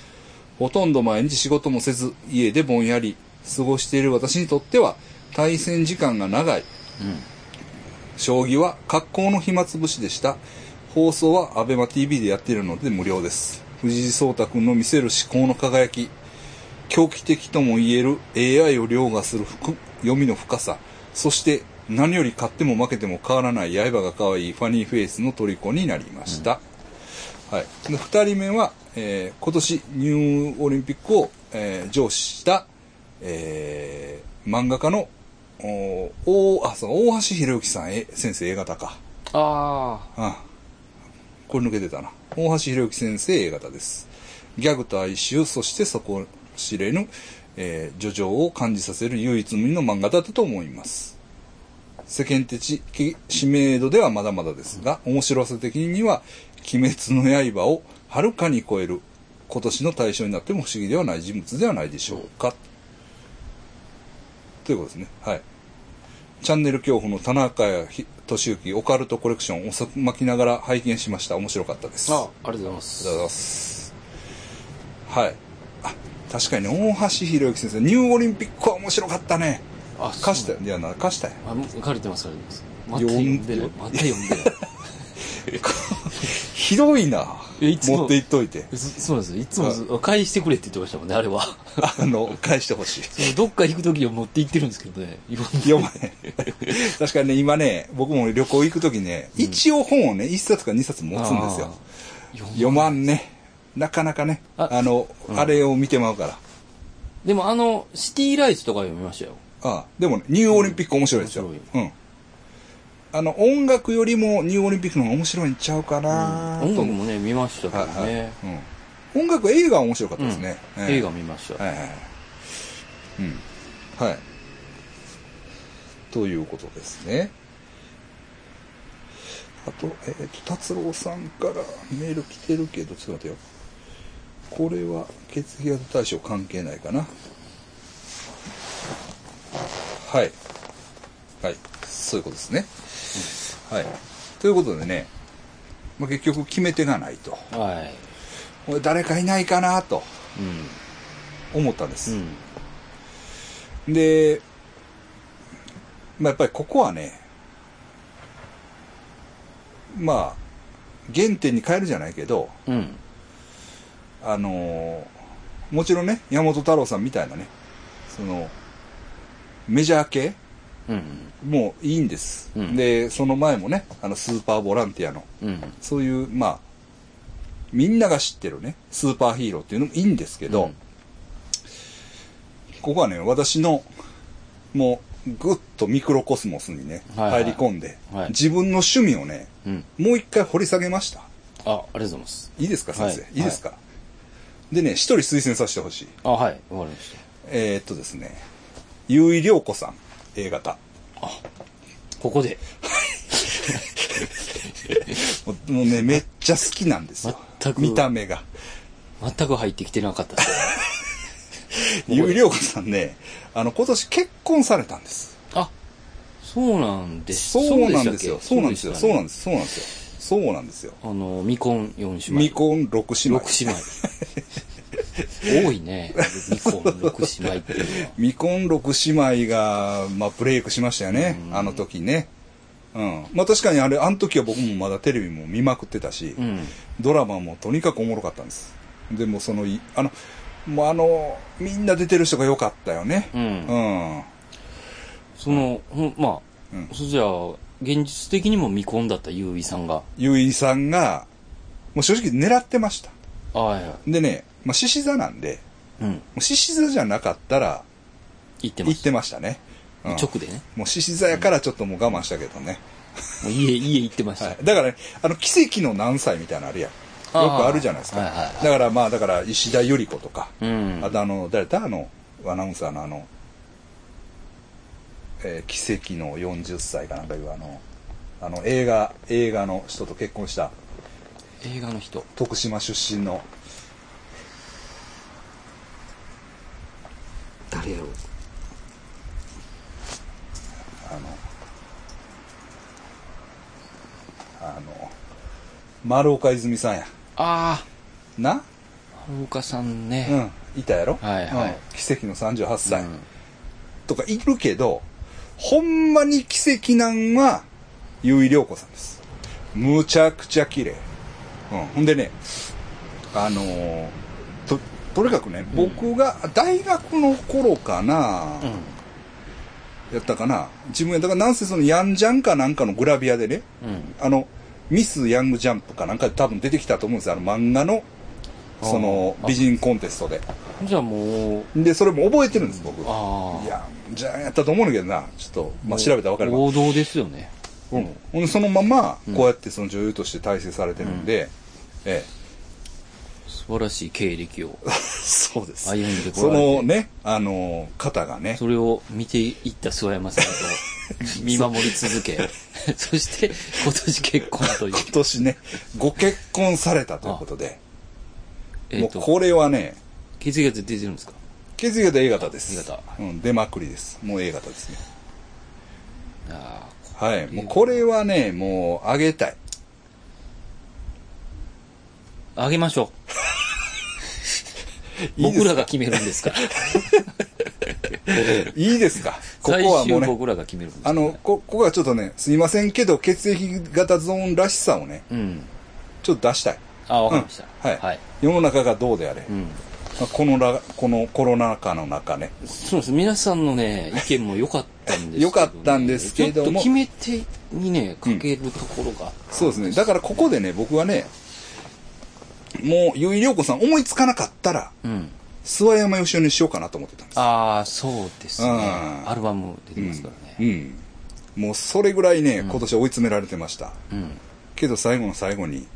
A: ほとんど毎日仕事もせず、家でぼんやり過ごしている私にとっては、対戦時間が長い。将棋は格好の暇つぶしでした。放送は ABEMATV でやっているので無料です。藤井聡太君の見せる思考の輝き、狂気的とも言える AI を凌駕する含読みの深さ、そして何より勝っても負けても変わらない刃が可愛いファニーフェイスの虜になりました。はい。で、二人目は、えー今年ニューオリンピックを、えー上司した、えー漫画家の、お大あそう大橋博之さん、え先生 A 型か。
B: あ
A: あこれ抜けてたな。大橋博之先生 A 型です。ギャグと哀愁、そしてそこ知れぬ、えー、叙情を感じさせる唯一無二の漫画だったと思います。世間的知名度ではまだまだですが、面白さ的には、鬼滅の刃をはるかに超える、今年の対象になっても不思議ではない人物ではないでしょうか。ということですね。はい。チャンネル恐怖の田中俊之オカルトコレクションをさ巻きながら拝見しました。面白かったです。
B: あ。ああ、ありがとうござい
A: ありが
B: ま
A: とう
B: す
A: ござい。ます。はい。あ、確かに大橋博之先生、ニューオリンピックは面白かったね。
B: あ、そう
A: 貸したよ。いや、な、貸したよ。
B: あ、もう借りてます、借りてます。また
A: 呼ん
B: 読んでない。また読んでない。
A: ひどいな。
B: えいつも
A: 持っていっといて。
B: そそうなんですよ。いつもず、返してくれって言ってましたもんね、あれ は。
A: あの、返してほしい。
B: そのどっか行くときは持って行ってるんですけどね。いろんな。
A: 読まへん。 確かにね、今ね、僕も旅行行くときね、一応本をね、一冊か二冊持つんですよ。
B: あー。
A: 読まんね。なかなかね、あ
B: あ
A: の、
B: うん
A: あれを見てまうから。
B: でもあの、シティライツとか読みましたよ。
A: ああでもね、ニューオリンピック面白いですよ。
B: うん面
A: うん。あの、音楽よりもニューオリンピックの方が面白いんちゃうかなと
B: 音楽もね、見ましたから
A: はいはい
B: ね。
A: うん、音楽、映画は面白かったですね。
B: うん
A: ええ
B: 映画見ました。
A: はいはいはい。うん。はい。ということですね。あと、えっ、と、達郎さんからメール来てるけど、ちょっと待ってよ。これは血液型対象関係ないかな。はい。はい。そういうことですね。はい。ということでね、まあ、結局決め手がないと。
B: はい。
A: これ誰かいないかなと
B: うん。
A: 思ったんです。
B: うん。
A: で、まあ、やっぱりここはね、まあ、原点に変えるじゃないけど、
B: うん。
A: あのーもちろんね、山本太郎さんみたいなね、その、メジャー系
B: うん。
A: もういいんです。
B: うん
A: で、その前もね、あの、スーパーボランティアの、
B: うん。
A: そういう、まあ、みんなが知ってるね、スーパーヒーローっていうのもいいんですけど、
B: うん
A: ここはね、私の、もう、ぐっとミクロコスモスにね、
B: はいはい
A: 入り込んで、
B: はい
A: 自分の趣味をね、
B: うん。
A: もう一回掘り下げました。
B: あ、ありがとうございます。
A: いいですか、先生。
B: はいい、
A: いですか、でね、一人推薦させてほしい。
B: あ、はい。わかりまし
A: えーっとですね、結衣良子さん、A 型。
B: た。ここで。
A: もうもうね、めっちゃ好きなんですよ。
B: 全く
A: 見た目が。
B: 全く入ってきてなかったです ね
A: 結衣良子さんね、あの、今年結婚されたんです。
B: あ、そうなんです。
A: そうなんですよ。そうなんですよ。そうなん
B: です。
A: です。そうなんですよ。そうなんですよ。
B: あの、未婚4姉妹。
A: 未婚6姉妹。
B: 6 姉妹。多いね。未婚6姉妹っていうのは。
A: 未婚6姉妹が、まあ、ブレイクしましたよね。
B: うん
A: あの時ね。うん。まあ、確かにあれ、あの時は僕もまだテレビも見まくってたし、
B: うん。
A: ドラマもとにかくおもろかったんです。でも、その、いあの、もうあの、みんな出てる人が良かったよね。
B: う。
A: うんん。
B: その、ほんまあ、
A: うん
B: そじゃあ、現実的にも未婚だった優衣さんが。
A: ゆいさんが、もう正直狙ってました。
B: あはいは
A: でね、まあ、獅子座なんで、
B: い。うん。
A: もう獅子座じゃなかったら、
B: 行ってま
A: 行っ
B: した。
A: てましたね。うん
B: 直でね。
A: もう獅子座やからちょっともう我慢したけどね。
B: もう家、家行ってました。
A: はい、だからね、あの、奇跡の何歳みたいなのあるやん。よく
B: あー
A: あるじゃないですか。
B: はいはいはい
A: だからまあ、だから、石田ゆり子とか、
B: うん。
A: あとあの、誰だあの、アナウンサーのあの、えー奇跡の40歳かなんかいうあの、あの映画、映画の人と結婚した、
B: 映画の人。
A: 徳島出身の、
B: 誰やろう
A: あの、あの、丸岡泉さんや。
B: あ
A: な
B: あ、春岡さん
A: う
B: ね。
A: ん、いたやろ、
B: はいはい
A: うん奇跡の38歳、
B: うん
A: とかいるけど、ほんまに奇跡なんは、結衣良子さんです。むちゃくちゃ綺麗。うん。ほんでね、あのーと、とにかくね、僕が大学の頃かな、
B: うん。
A: やったかな、自分や、だからなんせそのヤンジャンかなんかのグラビアでね、
B: うん。
A: あの、ミス・ヤング・ジャンプかなんかで多分出てきたと思うんですよ、あの漫画の、その、美人コンテストで。
B: じゃあもう、
A: で、それも覚えてるんです、僕。
B: ああ。
A: いや、じゃあやったと思うんだけどな、ちょっと、まあ、調べたら分かるわ
B: 王道ですよね。
A: うん、ほんでそのまま、こうやってその女優として大成されてるんで、え え、
B: 素晴らしい経歴を。
A: そうです。
B: 歩んでこ
A: そ
B: られて
A: のね、あの、方がね、
B: それを見ていった諏訪山さん と見守り続け、そして今年結婚という
A: 今。年ね、ご結婚されたということで、
B: え
A: も
B: っ
A: う
B: と、
A: これはね、
B: 血液が出てるんですか
A: 決意型 A 型です。
B: A 型
A: うん、出まくりです。もう A 型ですね。
B: あ
A: はい。もうこれはね、もう、あげたい。
B: あ、あげましょ う。
A: いいですか
B: 僕らが決めるんですから。
A: いいですか ここは
B: 最
A: もう
B: 終
A: ね、
B: 僕らが決めるんですか
A: あ
B: ら
A: の、こ、ここはちょっとね、すいませんけど、血液型ゾーンらしさをね、
B: うん。
A: ちょっと出したい。
B: あ、わかりました。
A: うんはい。世の中がどうであれ。
B: うん。
A: まあこのらこのコロナ禍の中ね、
B: そうです。皆さんのね、意見も良かったんですけどね
A: 良かったんですけども
B: ちょっと決め手にね、かけるところが。
A: そうですね、だからここでね、僕はね、もう、結衣良子さん思いつかなかったら、
B: うん。
A: 諏訪山義雄にしようかなと思ってたんです。
B: ああ、そうですね。
A: うん
B: アルバム出てますから
A: う
B: ね。
A: ん。もうそれぐらいね、今年追い詰められてました。
B: うん。
A: けど最後の最後に、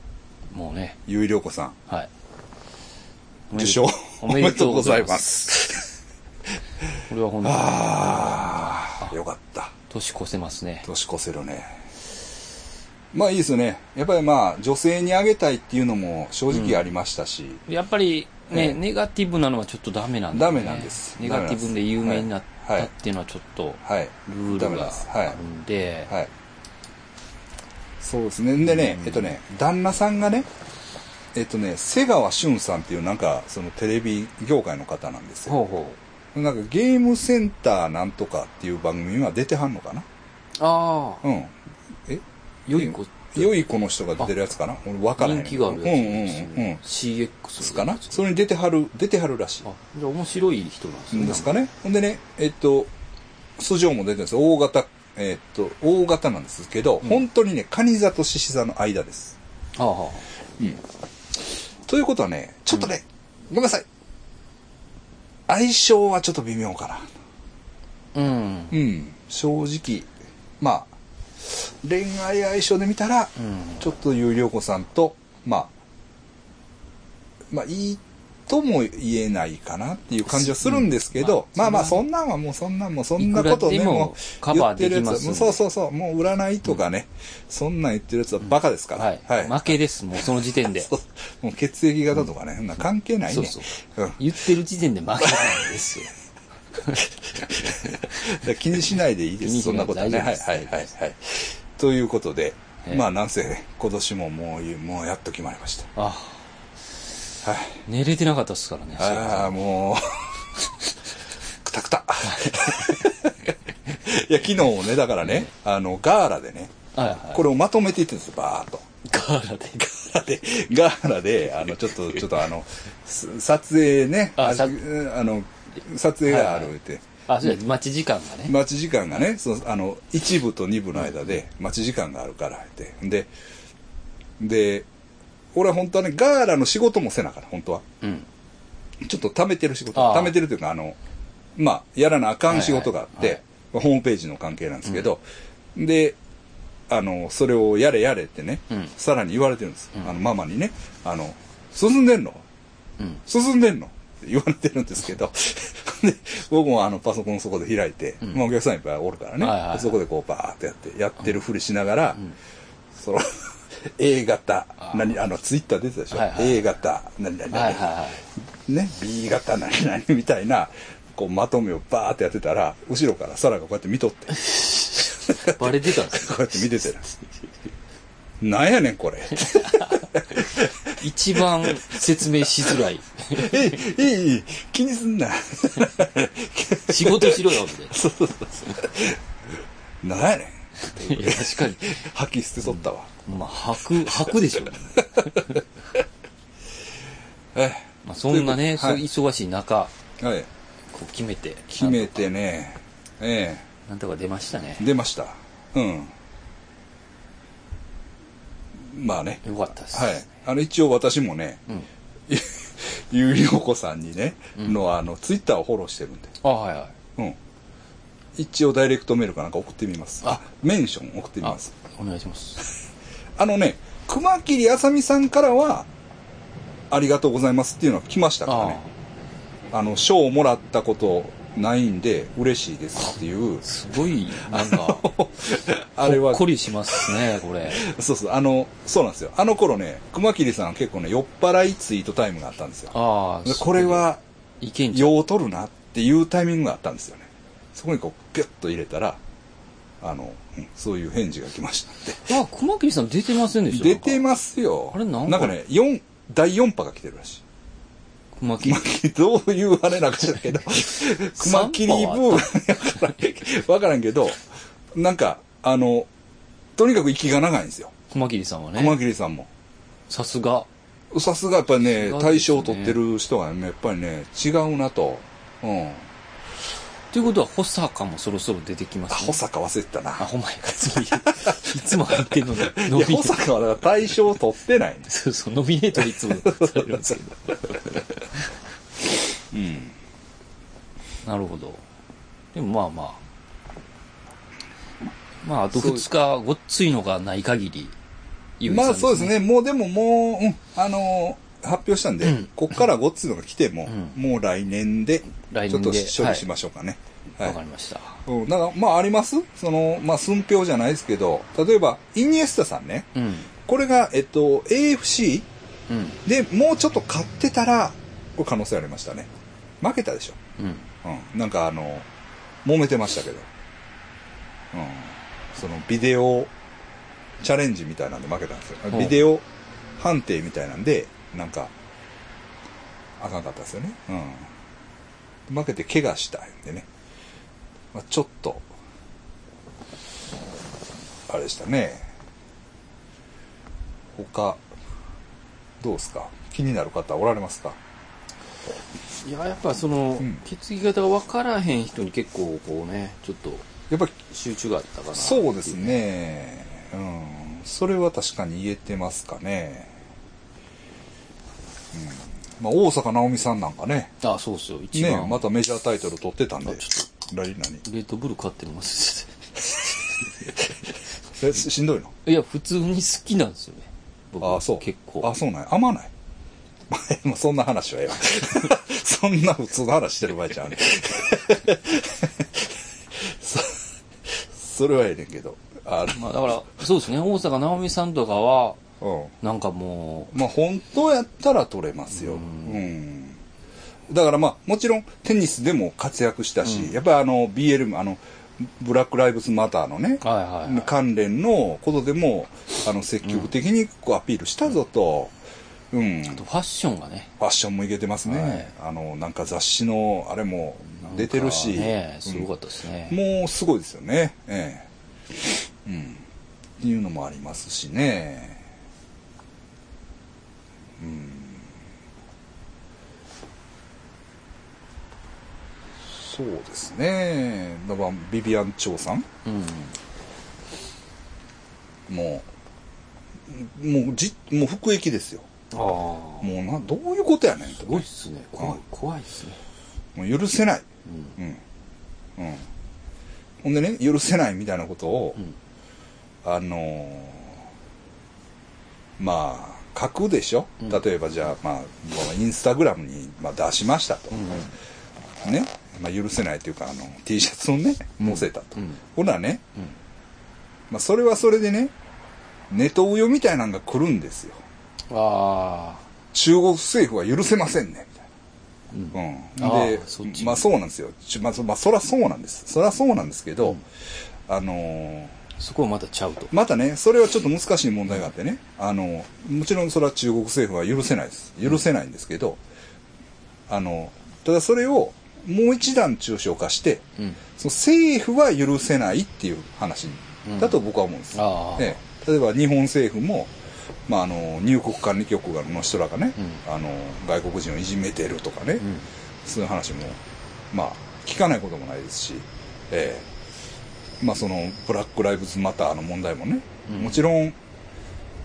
B: もうね。
A: 結衣良子さん、
B: はい。
A: 受賞おめでとうございま。す。
B: これは本当に
A: ああ、よかった。
B: 年越せますね。
A: 年越せるね。まあいいですね。やっぱりまあ、女性にあげたいっていうのも正直ありましたし、
B: やっぱりね、
A: ええ
B: ネガティブなのはちょっとダメなんで、ね、
A: ダメなんです
B: ネガティブで有名になっ
A: ダメな
B: た
A: ん
B: っ
A: で
B: ていうのはちょっと、
A: はい。
B: ルー
A: ダ
B: ル
A: メなん
B: が
A: ですはい
B: あるんで、
A: はい。そうですね。でね、えっとね、旦那さんがね、えっとね、瀬川俊さんっていうなんか、そのテレビ業界の方なんですよ。
B: ほうほ
A: なんかゲームセンターなんとかっていう番組は出てはんのかな
B: う。ああ、
A: うん。え
B: 良い子
A: 良い子の人が出てるやつかな俺分からへんね
B: 人
A: ん。
B: 気があるやつです、ね
A: うんうんうんうん。
B: CX
A: かなそれに出てはる、出てはるらしい。
B: あ、じゃあ面白い人なんですね。
A: ですかね。ほんでね、えっと、素性も出てるんですよ大型、えっと、大型なんですけど、本当にね、カニ座と獅子座の間です。
B: ああ、は
A: ということはね、ちょっとね、ごめんなさい。相性はちょっと微妙かな。
B: あ。うん。
A: うん。正直、まあ、恋愛相性で見たら、
B: うん。
A: ちょっと有良子さんと、まあ、まあ、いいとも言えないかなっていう感じはするんですけど、
B: うん
A: ま
B: ま
A: あ
B: あ
A: まあ、そんなんはもうそんなんもうそんない
B: くら
A: ことね、
B: でも
A: もう
B: カ
A: 言
B: バ
A: っ
B: ー
A: て
B: で
A: るやつ
B: きま
A: は、
B: すんで
A: もうそうそうそう、もう占いとかね、そんなん言ってるやつはバカですから。
B: はい、負けです、もうその時点で。
A: そうもう血液型とかね、そんな関係ないね。
B: そう
A: うん。だか
B: 言ってる時点で負けなんですよ。
A: ら 気にしないでいいで
B: 気
A: す。
B: にし
A: そん
B: な
A: ないことはね。
B: 大丈
A: は
B: 夫
A: い
B: です
A: はいはいはい。ということで、
B: ええ
A: まあなんせ、今年ももう、もうやっと決まりまし
B: あ
A: た。はい。
B: 寝れてなかったですからね。
A: ああ、もう、くたく た。いや、昨日もね、だからね、あの、ガーラでね、
B: はいはい。
A: これをまとめていってるんですよ、バーっと。
B: ガーラで。
A: ガーラで、ガーラで、あの、ちょっと、ちょっとあ の、す撮影ね、
B: あ
A: あ
B: さ
A: あの、撮影があるって、
B: あ、そうや、待ち時間がね。
A: 待ち時間がね、そうあの、1部と2部の間で待ち時間があるから、って。で、で、俺は本当はね、ガーラの仕事もせなあから、本当は。
B: うん。
A: ちょっと貯めてる仕事、
B: あ
A: 貯
B: あ
A: めてるというか、あの、まあ、やらなあかん仕事があっ
B: はいはい
A: て、まあホームページの関係なんですけど、で、あの、それをやれやれってね、
B: うん
A: さらに言われてるんです。
B: うん
A: あの、ママにね、あの、進んでんの
B: うん。
A: 進んでんのって言われてるんですけど、 で、僕もあのパソコンそこで開いて、まあお客さんいっぱいおるからね、
B: はいはいはい
A: そこでこうバーってやって、やってるふりしながら、その、A 型、何、あの、ツイッター出てたでしょ、
B: はいはい
A: A 型、何々、
B: はいはいは
A: ね、B 型何々みたいな、こうまとめをバーってやってたら、後ろからサラがこうやって見とって、こ
B: い。バレてたんですか
A: うやって見ててな。なんやねんこれ。
B: 一番説明しづらい。
A: えい、いい、いい、気にすんな。
B: 仕事しろよ、みたい
A: そうそうそうそう。なんやねん。
B: な。いや、確かに。
A: 吐き捨てとったわ。
B: まあ、吐く、吐くでしょ。
A: え
B: まあ、そんな
A: と
B: ね、
A: いうことで
B: そう忙しい中、
A: えはい。
B: こう決めて。
A: 決めてね、え
B: なんとか出ましたね
A: え。出ました。うん。まあね。
B: よかったです。
A: はい。あの、一応私もね、
B: うん。
A: ゆうりおこさんにね、の、あの、ツイッターをフォローしてるんで、
B: あ、はいはい。
A: うん。一応ダイレクトメールかなんか送ってみます。
B: あ
A: メンション送ってみ
B: あ
A: ます。、
B: お願いします。
A: あのね、熊切あさみさんからは、ありがとうございますっていうのは来ましたから
B: あ
A: ね。あの、賞をもらったことないんで、嬉しいですっていう
B: あ、。すごい、なんか、
A: あれ
B: ほ
A: は
B: っこりしますね、これ。
A: そうそう、あの、そうなんですよ。あの頃ね、熊切さんは結構ね、酔っ払いツイートタイムがあったんですよ。
B: あ
A: で
B: あ、
A: これは、
B: いけんじゃん。
A: よう取るなっていうタイミングがあったんですよね。そこにこう、ピュッと入れたら、あの、うんそういう返事が来ましたっ
B: あ、熊切さん出てませんで
A: て。
B: した
A: 出て
B: ま
A: ますよ。
B: あれなんか
A: なんかね、四第4波が来てるらしい。
B: 熊切
A: 熊。切、どういうあれなんか知らん けど、熊切ブームや から、わからんけど、なんか、あの、とにかく息が長いんですよ。
B: 熊切さんは
A: 熊
B: ね、
A: 切さんも。
B: さすが。
A: さすがやっぱりね
B: さすがですね
A: 大賞を取ってる人がねやっぱりね違うなと、うん、あ
B: ということは、保坂もそろそろ出てきますね。
A: 保坂忘れてたな
B: あ、ほんまや、いつも言う、いつも入ってんのに、ノ
A: いや
B: ミネ
A: 保
B: ート。
A: 坂はだから大賞を取ってない んです、
B: そうそう、ノミネートいつも されるんですけど。
A: うん、
B: なるほど。でもまあまあ。まあ、あと
A: そう
B: 2日、ごっついのがない限り、ゆいさん
A: まあそうです。ねもうでももう、うん、あのー発表したんで、こっからごっついのが来ても、
B: う
A: もう来年で
B: 来
A: ちょっ
B: 年
A: と
B: で
A: 処理しましょうかね、はい
B: わかりました。
A: うん、だからまあありますそのまあ寸評じゃないですけど例えばイニエスタさんね
B: うん。
A: これがえっと AFC
B: うん。
A: でもうちょっと勝ってたらこれ可能性ありましたね負けたでしょ
B: うん。
A: うん、なんかあの、揉めてましたけど、うん、そのビデオチャレンジみたいなんで負けたんですよ
B: う。ん
A: ビデオ判定みたいなんで、なんか、あかんかったですよね。うん。負けて怪我したんでね。まあ、ちょっと、あれでしたね。他、どうですか気になる方おられますか
B: いや、やっぱその、
A: うん
B: 決議型が分からへん人に結構、こうね、ちょっと
A: やっぱり
B: 集中があったかな。
A: そうです。ね。うん。それは確かに言えてますかね。うん。まあ、大阪直美さんなんかね。
B: あ、そうですよ。一
A: ね
B: 番。
A: またメジャータイトル取ってたんで
B: あ。ちょ
A: 何何
B: レッドブル買ってるの忘れて
A: えししんどいの
B: た。いや、普通に好きなんですよね。僕
A: ああ、そう。
B: 結構。
A: あそうなんや。甘ない。 まあでもそんな話はええわ。 そんな普通の話してる場合 ちゃうね。そそれはええねんけど。あの、
B: まあだから、そうですね、大阪直美さんとかは、
A: うん。
B: なんかも
A: まあ本当やったら取れますよ。うん。だからまあもちろんテニスでも活躍したし、やっぱりあの BL もあのブラック・ライブズ・マターのね
B: う、、はいはい、はい。
A: 関連のことでもあの積極的にこうアピールしたぞと、うんフ
B: ファッションがね、
A: ァッションもいけてますね、あのなんか雑誌のあれも出てるし、
B: なんかね、すごかったですね。
A: もうすごいですよね。ええ。うん。っていうのもありますしね。うん。そうですね。だから、ビビアン・チョウさん
B: うん。
A: もう、もうじ、もう服役ですよ。
B: ああ。
A: もうな、どういうことやねんと
B: す。ごいっすね。怖
A: う
B: い
A: ん、
B: 怖いっすね。
A: もう許せない。
B: うん。
A: うん。うん。ほんでね、許せないみたいなことを、
B: うん。
A: あのーまあ書くでしょ、
B: うん
A: 例えばじゃあ、まあ、インスタグラムに、まあ、出しましたと、ねまあ、許せないというかあの T シャツをね載せたと、
B: うん
A: ほらね、まあ、それはそれでねネトウヨみたいなのが来るんですよ
B: ああ
A: 中国政府は許せませんねみたいな、うん
B: あ
A: で
B: ーそっち
A: まあそうなんですよ、ちまあそまあ、そらそうなんですそらそうなんですけど、
B: うん
A: あのー
B: そこはまたちゃうと
A: またね、それはちょっと難しい問題があってね、あの、もちろんそれは中国政府は許せないです。許せないんですけど、あの、ただそれをもう一段抽象化して、
B: うん
A: その政府は許せないっていう話だと僕は思うんです。
B: うんああ
A: ええ例えば日本政府も、まあ、あの入国管理局の人らがね、あの外国人をいじめてるとかね、
B: ん
A: そういう話も、まあ、聞かないこともないですし、ええまあ、そのブラック・ライブズ・マターの問題もね、もちろん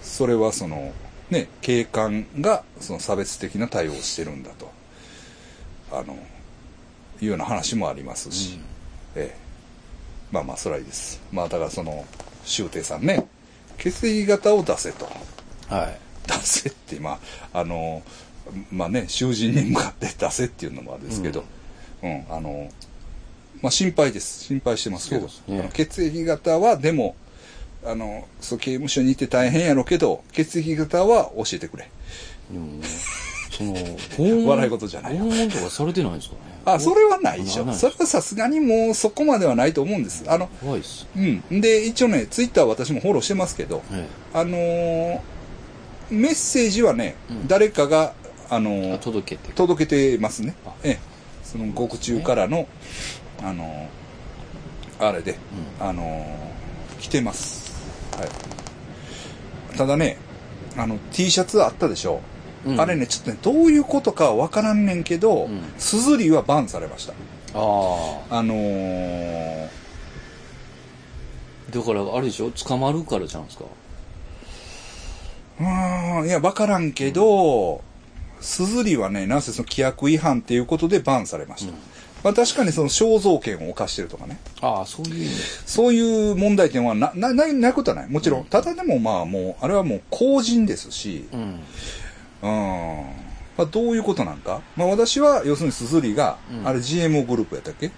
A: それはその、ね、警官がその差別的な対応をしてるんだとあのいうような話もありますし、ええまあまあそれはいいですまあだからその周亭さんね血液型を出せと
B: はい
A: 出せって今あのまあね囚人に向かって出せっていうのもあれですけど、うんあのまあ心配です心配してますけど、
B: そうですね
A: あの血液型はでもあのそう刑務所にいて大変やろけど血液型は教えてくれ
B: でもその訪
A: 笑い事じゃないよ
B: 訪問とかされてないんですかね
A: あそれはないでし
B: な
A: ょ
B: い
A: それはさすがにもうそこまではないと思うんですあの
B: 怖いっす
A: うんで一応ねツイッター私もフォローしてますけど、
B: はい
A: あのーメッセージはね、誰かが、あのー
B: あ届けて
A: 届けてますね
B: あ。
A: ええ、その獄中からの、あのーあれで、あのー来てます。はい。ただね、あの、T シャツあったでしょ。
B: うん
A: あれね、ちょっとね、どういうことかはわからんねんけど、
B: ん
A: すずりはバンされました。
B: ああ
A: あのー
B: だからあれでしょ捕まるからじゃないですか
A: うーん、いや、わからんけど、すずりはね、なんせその規約違反っていうことでバンされました。まあ確かにその肖像権を犯してるとかね。
B: ああそういう意味
A: そういう問題点はな、な、ない、ないことはない。もちろん。
B: うん
A: ただでもまあもう、あれはもう公人ですし、
B: う
A: うん。
B: ん
A: まあどういうことなんか。まあ私は、要するにすずりが、
B: うん
A: あれ GMO グループやったっけ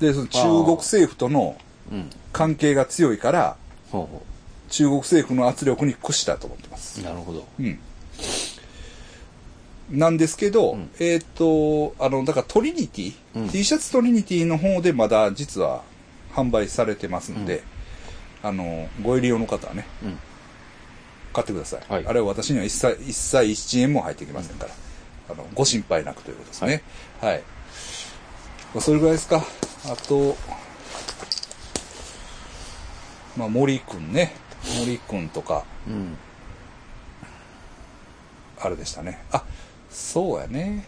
A: で、その中国政府との
B: うん
A: 関係が強いから、
B: ほうほ
A: 中国政府の圧力に屈したと思ってます
B: う。なるほど
A: うん。なんですけど、
B: うん
A: えーっ、と、あの、だからトリニティ、
B: うん
A: T シャツトリニティの方でまだ実は販売されてますので、あの、ご入り用の方はね、
B: うん
A: 買ってください。
B: はい
A: あれは私には一切、一切1円も入ってきませんから、あの、ご心配なくということですね。はい。まあそれぐらいですか。あと、まあ、森くんね。森くんとか、
B: うん
A: あれでしたね。あ、そうやね。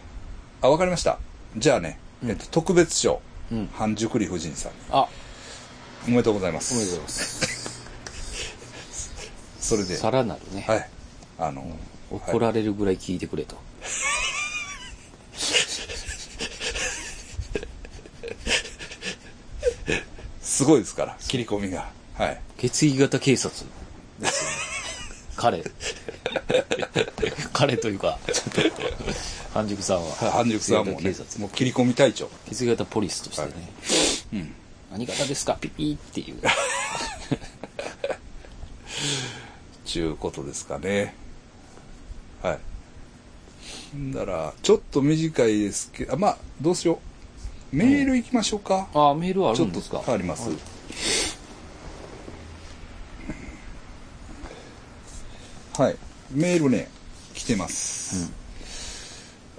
A: あ、わかりました。じゃあね、えっと、特別賞、
B: うん
A: 半熟理不尽さんに、
B: あ
A: おめでとうございます。
B: おめでとうございます
A: それで、
B: さらなるね、
A: はい。あの、
B: 怒られるぐらい聞いてくれと、
A: すごいですから、切り込みが。はい。
B: 血液型警察ですよ彼彼というかちょっと半熟さんは
A: はい半熟さんも
B: 血
A: ね
B: 液型警、察
A: もう切り込み隊長。
B: 血液型ポリスとしてね、何型ですかピピーっていう
A: ちゅうことですかね。はい。んだら、ちょっと短いですけど、あまあ、どうしよう。メール行きましょうか。
B: ああメールはあ
A: ちょ
B: る
A: っ
B: ん
A: と
B: ですか
A: 変わります。
B: はい
A: はい。メールね、来てます。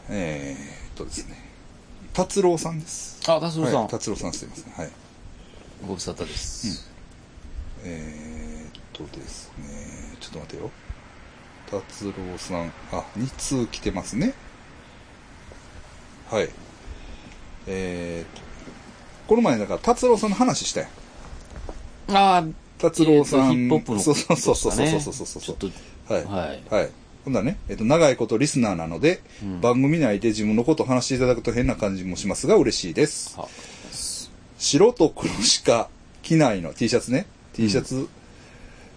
A: えーっとですね。達郎さんです。
B: あ達郎さん、
A: はい、達郎さんすいません。はい。
B: ご無沙汰です、
A: えーっとですね。ちょっと待てよ。達郎さん、あ、2通来てますね。はい。えーっと、この前だから達郎さんの話したやん。
B: ああ
A: 達郎さん、
B: ヒップホップの
A: そ
B: こ
A: うそうそう
B: と
A: そう
B: です
A: そう
B: かね
A: そうそうそう
B: ちょっと
A: はい
B: はい
A: はいほんだらね、えっと、長いことリスナーなので、
B: うん
A: 番組内で自分のことを話していただくと変な感じもしますが嬉しいです
B: は
A: 白と黒しか着ないの T シャツね T シャツ、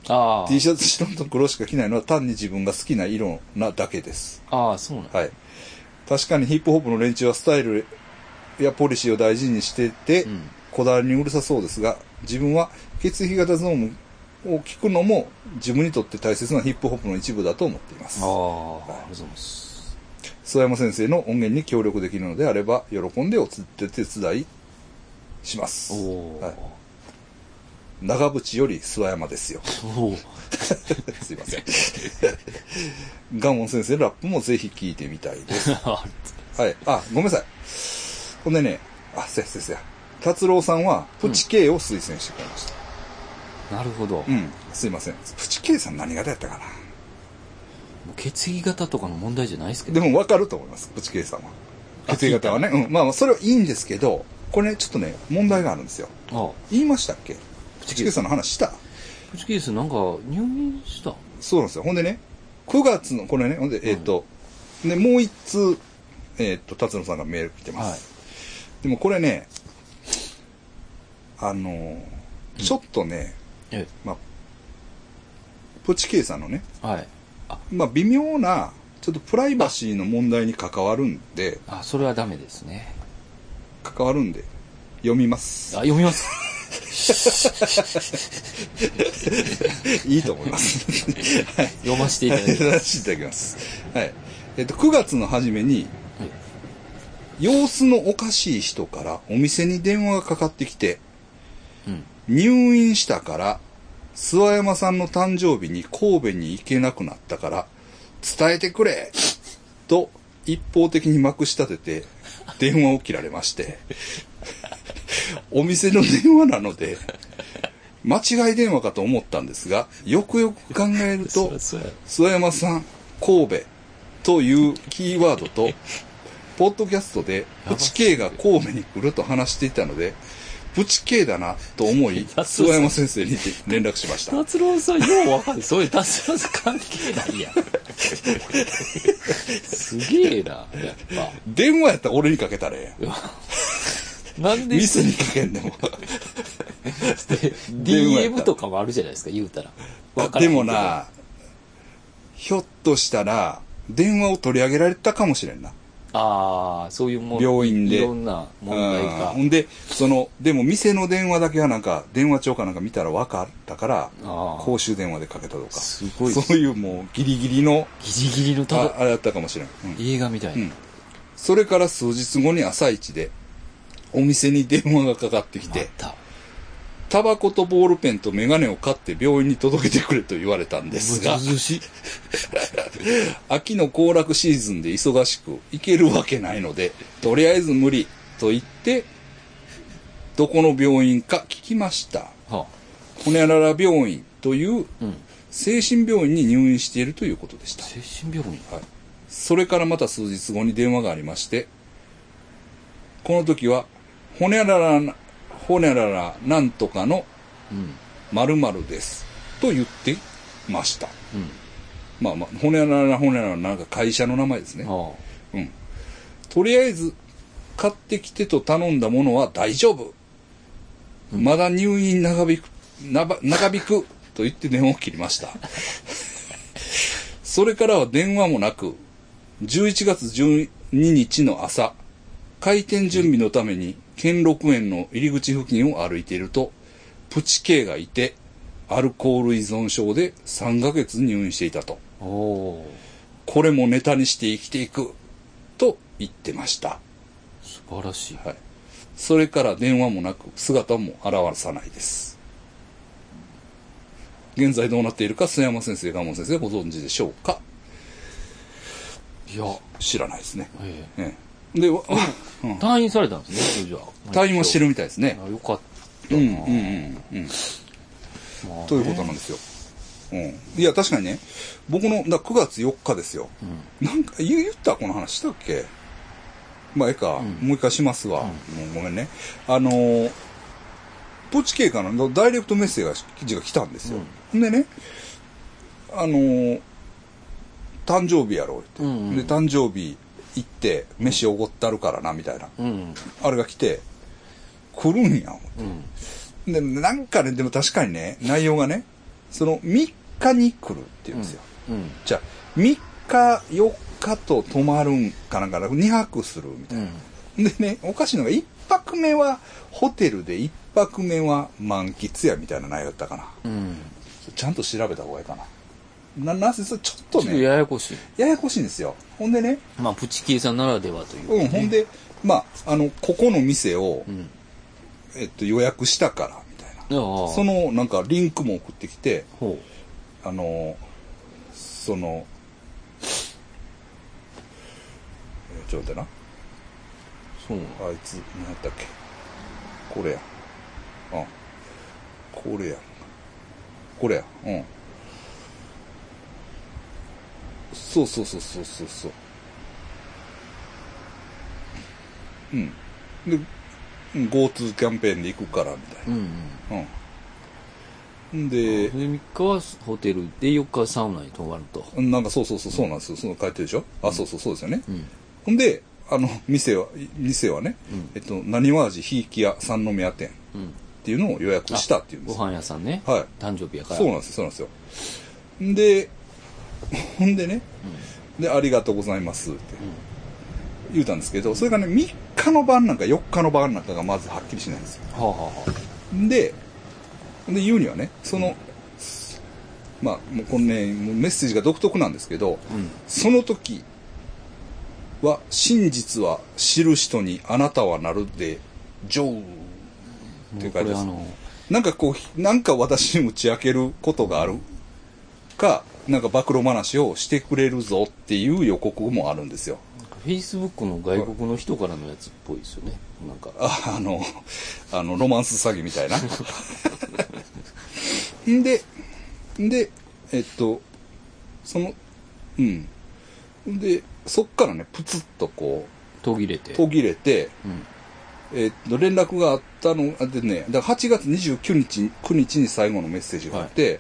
B: ああ
A: T シャツ白と黒しか着ないのは単に自分が好きな色なだけです
B: ああそうなんだ
A: はい確かにヒップホップの連中はスタイルやポリシーを大事にしてて、
B: うん
A: こだわりにうるさそうですが、自分は血液型ゾーンを聞くのも自分にとって大切なヒップホップの一部だと思っています。
B: ああ、ありがとうございます。
A: 諏訪山先生の音源に協力できるのであれば、喜んでおつ手伝いします。
B: おお、
A: はい長渕より諏訪山です よ。
B: おお、
A: すいません。ガモン先生のラップもぜひ聞いてみたい です。はい。あ、ごめんなさい。ほんでね、あ、せやせやせや。達郎さんは、プチ K を推薦してくれました。
B: なるほど。
A: うん、
B: も
A: すいません。プチ K さん何型やったか
B: う血液型とかの問題じゃないですけ
A: な。
B: ど。
A: でも分かると思います、プチ K さんは。
B: あ
A: 血液型はね。うん。まあまあ、それはいいんですけど、これね、ちょっとね、問題があるんですよ。
B: も、
A: 言いましたっけプ
B: チ
A: チ
B: K
A: K さんの話した
B: ああ、プチケースなんか入院した。
A: そうなんですよ。ほんでね、9月の、これね、ほんで、えっ、と、で、もう一通、えっ、と、達野さんがメール来てます。でもこれね、あのーちょっとね、
B: え
A: まあ、ポチケイさんのね、
B: え、はい。あ、
A: まあ、微妙な、ちょっとプライバシーの問題に関わるんで、
B: あ、それはダメですね。
A: 関わるんで、読みま
B: あ、
A: す。
B: 読みます。
A: いいと思い ます。はい。
B: 読ませていただき ます。
A: 出していただきます。はい。えっと、9月の初めに、
B: はい
A: 様子のおかしい人からお店に電話がかかってきて、
B: うん。
A: 入院したから、諏訪山さんの誕生日に神戸に行けなくなったから、伝えてくれと一方的にまくし立てて、電話を切られまして、 お店の電話なので、間違い電話かと思ったんですが、よくよく考えると、
B: そうや。
A: 諏訪山さん、神戸というキーワードと、 ポッドキャストで、プチ K が神戸に来ると話していたので、プチ K だなと思い、諏訪山先生に連絡しま した。
B: 達郎さん、ようわかる。そういう達郎さん関係ないやん。 すげえな、やっ
A: 電話やったら俺にかけたれ。
B: ぱ。 なんで、
A: 店にかけ んでも。電話やった
B: DM とかもあるじゃないですか、言うたら。わからへ
A: で
B: んけど
A: も。な、ひょっとしたら、電話を取り上げられたかもしれんな。
B: ああ、そういうもん
A: 病院で
B: いろんな問題
A: うん
B: が
A: ほ。んで、その、でも店の電話だけはなんか、電話帳かなんか見たら分かったから
B: あ、ー
A: 公衆電話でかけたとか。
B: すごいっす
A: そういうもうギリギリの、
B: ギリギリのた
A: あ
B: だ
A: あれだったかもしれん。うん
B: 映画みたいな。
A: うんそれから数日後に朝一で、お店に電話がかかってき
B: ま
A: て、
B: た。
A: タバコとボールペンとメガネを買って病院に届けてくれと言われたんですが
B: ず、ずしい。
A: 秋の行楽シーズンで忙しく行けるわけないので、とりあえず無理と言って、どこの病院か聞きました。
B: は
A: ホニャララ病院という
B: あ、うん。
A: 精神病院に入院しているということでした。
B: 精神病院。
A: はい、それからまた数日後に電話がありまして、この時は、ホニャララな、ホニャララなんとかの
B: うん。
A: 〇〇です。と言ってました。
B: うん。
A: まあまあ、ホニャララホニャララなんか会社の名前ですね。
B: は
A: うん。とりあえず、買ってきてと頼んだものは大丈夫。まだ入院長引く、なば長引くと言って電話を切りました。それからは電話もなく、11月12日の朝、開店準備のために兼六園の入り口付近を歩いていると、プチ K がいて、アルコール依存症で3ヶ月入院していたと。
B: あ。おー
A: これもネタにして生きていくと言ってました、
B: 素晴らしい。
A: はい、それから電話もなく姿も現さないです現在どうなっているか須山先生蒲生先生ご存知でしょうか
B: いや、
A: 知らないですね、
B: え
A: ええ、でわ
B: え。退院されたんですね、それじゃあ。
A: 退院はしてるみたいですね
B: あ。よかった
A: う
B: な。
A: んうんうんうん
B: まあね
A: ということなんですよ、うん、いや確かにね僕のだ9月4日ですよ、なんか言う言ったこの話したっけまあええか、もう一回しますわ、もうごめんねあのーポチ経過のダイレクトメッセージが記事が来たんですよ、でねあのー誕生日やろうって、
B: うんうん
A: で誕生日行って飯おごったるからなみたいな、
B: うん。
A: あれが来て来るんや思って
B: うん。
A: で、なんかね、でも確かにね、内容がね、その3日に来るって言うんですよ。
B: うん。
A: じゃあ、3日、4日と泊まるんかなんかな、2泊するみた
B: う
A: いな。
B: ん。
A: でね、おかしいのが、一泊目はホテルで、一泊目は満喫やみたいな内容だったかな。
B: うん。
A: ちゃんと調べた方がいいかな。な、なぜ、それちょっと
B: ちょっと
A: ね、
B: ややこしい。
A: ややこしいんですよ。ほんでね、
B: まあ、プチキエさんならではというか
A: うん、ほんで、まあ、あの、ここの店を、
B: うん。
A: えっと、予約したから、みたいな。
B: ああ。
A: その、なんか、リンクも送ってきて、
B: ほ
A: あの、その、えーちょっと待ってな。
B: う。そうなの。
A: あいつ、何やったっけこれや。うん。これや。これや。うん。そうそうそうそうそうそう。うん。で、うん GoTo キャンペーンで行くから、みたい
B: うん
A: な。うん。ん
B: うん。
A: で
B: で、、3日はホテルで、4日はサウナに泊まると。
A: なんかそうそうそう、そうなんですよ。その書いてるでしょあ、そうそう、そうですよね。
B: うん。
A: ほんで、あの、店は、店はね、
B: うん
A: えっと、何わ味ひいき屋三宮店。
B: うん。
A: っていうのを予約したっていうんで
B: ご
A: すよ
B: 飯屋さんね。
A: はい
B: 誕生日やから。
A: そうなんですよそうなんですよでほんでねで「ありがとうございます」って言うたんですけどそれがね3日の晩なんか4日の晩なんかがまずはっきりしないんですよ
B: はあ、はあは
A: でで言うにはねその、まあもうこのねもうメッセージが独特なんですけど、
B: あ、うん。
A: その時は真実は知る人にあなたはなるでジョーってい
B: も
A: うう
B: こ
A: 感じで
B: れ
A: す
B: あの、
A: なんかこう、なんか私に打ち明けることがあるか、なんか暴露話をしてくれるぞっていう予告もあるんですよ。
B: フェイスブックの外国の人からのやつっぽいですよね。なんか。
A: ああの、あの、ロマンス詐欺みたいな。んで、んで、えっと、その、うん。んで、そっからね、プツッとこ
B: 途切れて。
A: う、途切れて、
B: うん。
A: えっと、連絡があったの、あでね、だから8月29日に、9日に最後のメッセージがあって、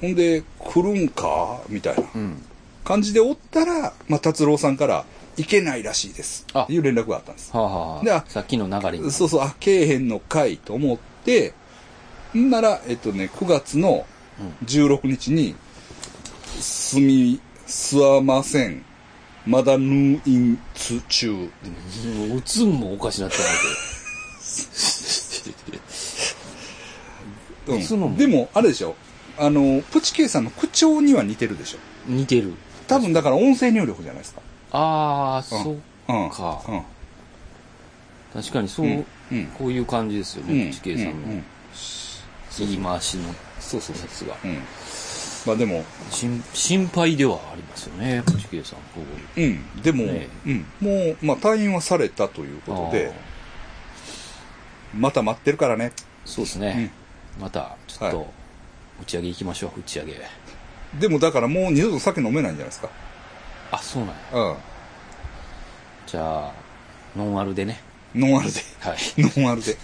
A: ほんで、来るんかみたいな
B: うん。
A: 感じでおったら、まあ、達郎さんから、行けないらしいです。
B: あ
A: っていう連絡があったんです。
B: はあ、は
A: で
B: あ
A: あ、
B: さっきの流れに。
A: そうそう、あ、けえへんのかいと思って、んなら、えっとね、9月の16日に、すみ、すわません、まだ入院つ中。
B: うん。打つんもおかしなってない
A: うん
B: その
A: でも、あれでしょあの、プチケイさんの口調には似てるでしょ
B: けど。似てる。
A: 多分だから音声入力じゃないですか。
B: ああ、
A: うん
B: そう。
A: うん。
B: か
A: う
B: 確かにそう、
A: ん。うん。
B: こういう感じですよ
A: うん。
B: ね。地形さん
A: うう
B: の言い回しのや
A: そうそうそう。
B: つが。
A: うん。まあでも、
B: 心心配ではありますよね、地形さん。こう
A: うん。でも、
B: ね
A: うん。もう、まあ退院はされたということ
B: あ
A: で
B: ー、
A: また待ってるからね。
B: そうですね。また、ちょっ
A: はい
B: と、打ち上げ行きましょう、打ち上げ。
A: でもだからもう二度と酒飲めないんじゃないですか。
B: あ、そうなんや。
A: う
B: じゃあ、ノンアルでね。
A: ん。ノンアルで。
B: はい。
A: ノンアルで。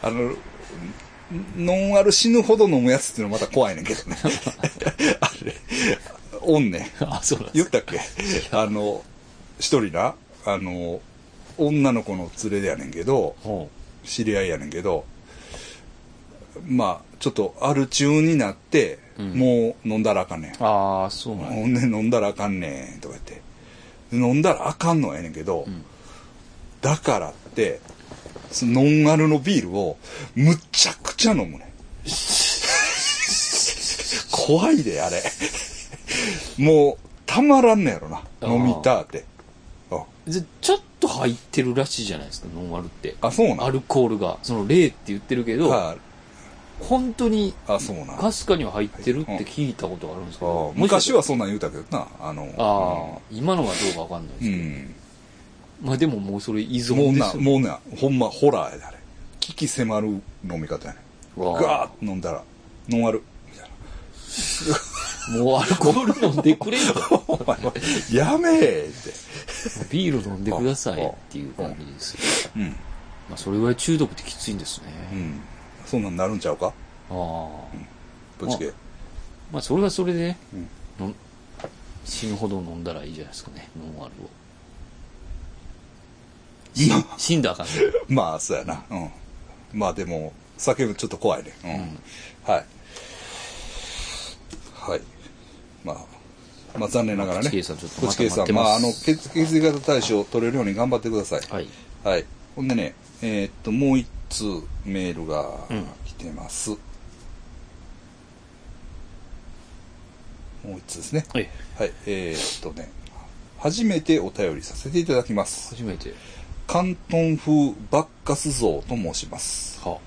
A: あの、ノンアル死ぬほど飲むやつっていうのまた怖いねんけどね。あれ、おんねん。
B: あ、そうなんで
A: 言
B: す
A: ったっけあの、一人な、あの、女の子の連れでやねんけど、
B: ほ
A: 知り合いやねんけど、まあ、ちょっとアル中になって、
B: うん
A: もう飲んだらあかんねん。
B: うああ、そうなんや。
A: ほんで飲んだらあかんねんとか言って。飲んだらあかんのはええねんけど、
B: ん
A: だからって、そのノンアルのビールをむちゃくちゃ飲 むねん。怖いで、あれ。もう、たまらんのやろな。
B: あー
A: 飲みたーって。あ、
B: でちょっと入ってるらしいじゃないですか、ノンアルって。
A: あそうなん
B: アルコールが。その、0って言ってるけど、
A: はい
B: 本当に、
A: あ、そうなん。あ
B: かすかには入ってるって聞いたことがあるんですけど、
A: 昔は
B: むし
A: そんなん言うたけどな。あの、
B: ろ、ああ、今のはどうかわかんない
A: う
B: ですけど、
A: ん。
B: まあでももうそれ依
A: もう
B: 存で
A: な、
B: すよ。
A: もうな、ほんまホラーやで、あれ。危機迫る飲み方やねん。
B: わあ
A: ガーッと飲んだら、ノンアル。みたいな。
B: もうアルコール飲ん でくれよと
A: お前はやめえって。
B: ビール飲んでくださいっていう感じですよ。
A: うん。
B: まあそれぐらい中毒ってきついんですね。
A: うん。そんなんなるんちゃうか
B: ああ。
A: ぶっちけ。
B: まあそれはそれでね、
A: うん
B: 飲ん死ぬほど飲んだらいいじゃないですかね、ノンアルを。し
A: ま
B: 死んだらあかんね。
A: まあ、そうやな。うん。まあでも、酒もちょっと怖いね。うん。はい。はい。まあ、まあ残念ながらね。
B: 口家さんちょっとまた
A: 口家さん
B: 待って
A: ま
B: ます
A: ああの、血血液型対象取れるように頑張ってください。
B: はい。
A: はい。ほんでね、えーっと、もう一通メールが来てます。もう一通ですね。
B: はい。
A: はい。えーっとね、初めてお便りさせていただきます。
B: 初めて。
A: 関東風バッカス像と申します。
B: は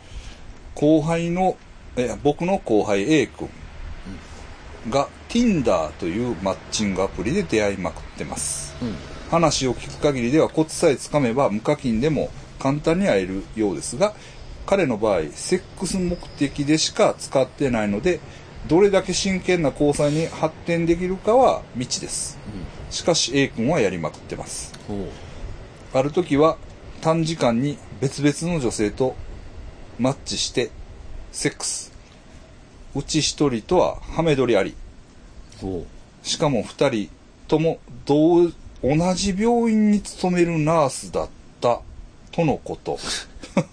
A: 後輩の、え、僕の後輩 A 君が Tinder というマッチングアプリで出会いまくってます。
B: うん。
A: 話を聞く限りではコツさえつかめば無課金でも簡単に会えるようですが彼の場合セックス目的でしか使ってないのでどれだけ真剣な交際に発展できるかは未知ですしかし A 君はやりまくってます
B: うん。おう。
A: ある時は短時間に別々の女性とマッチしてセックスうち一人とはハメ撮りあり
B: おう。
A: しかも二人とも同同じ病院に勤めるナースだったとのこと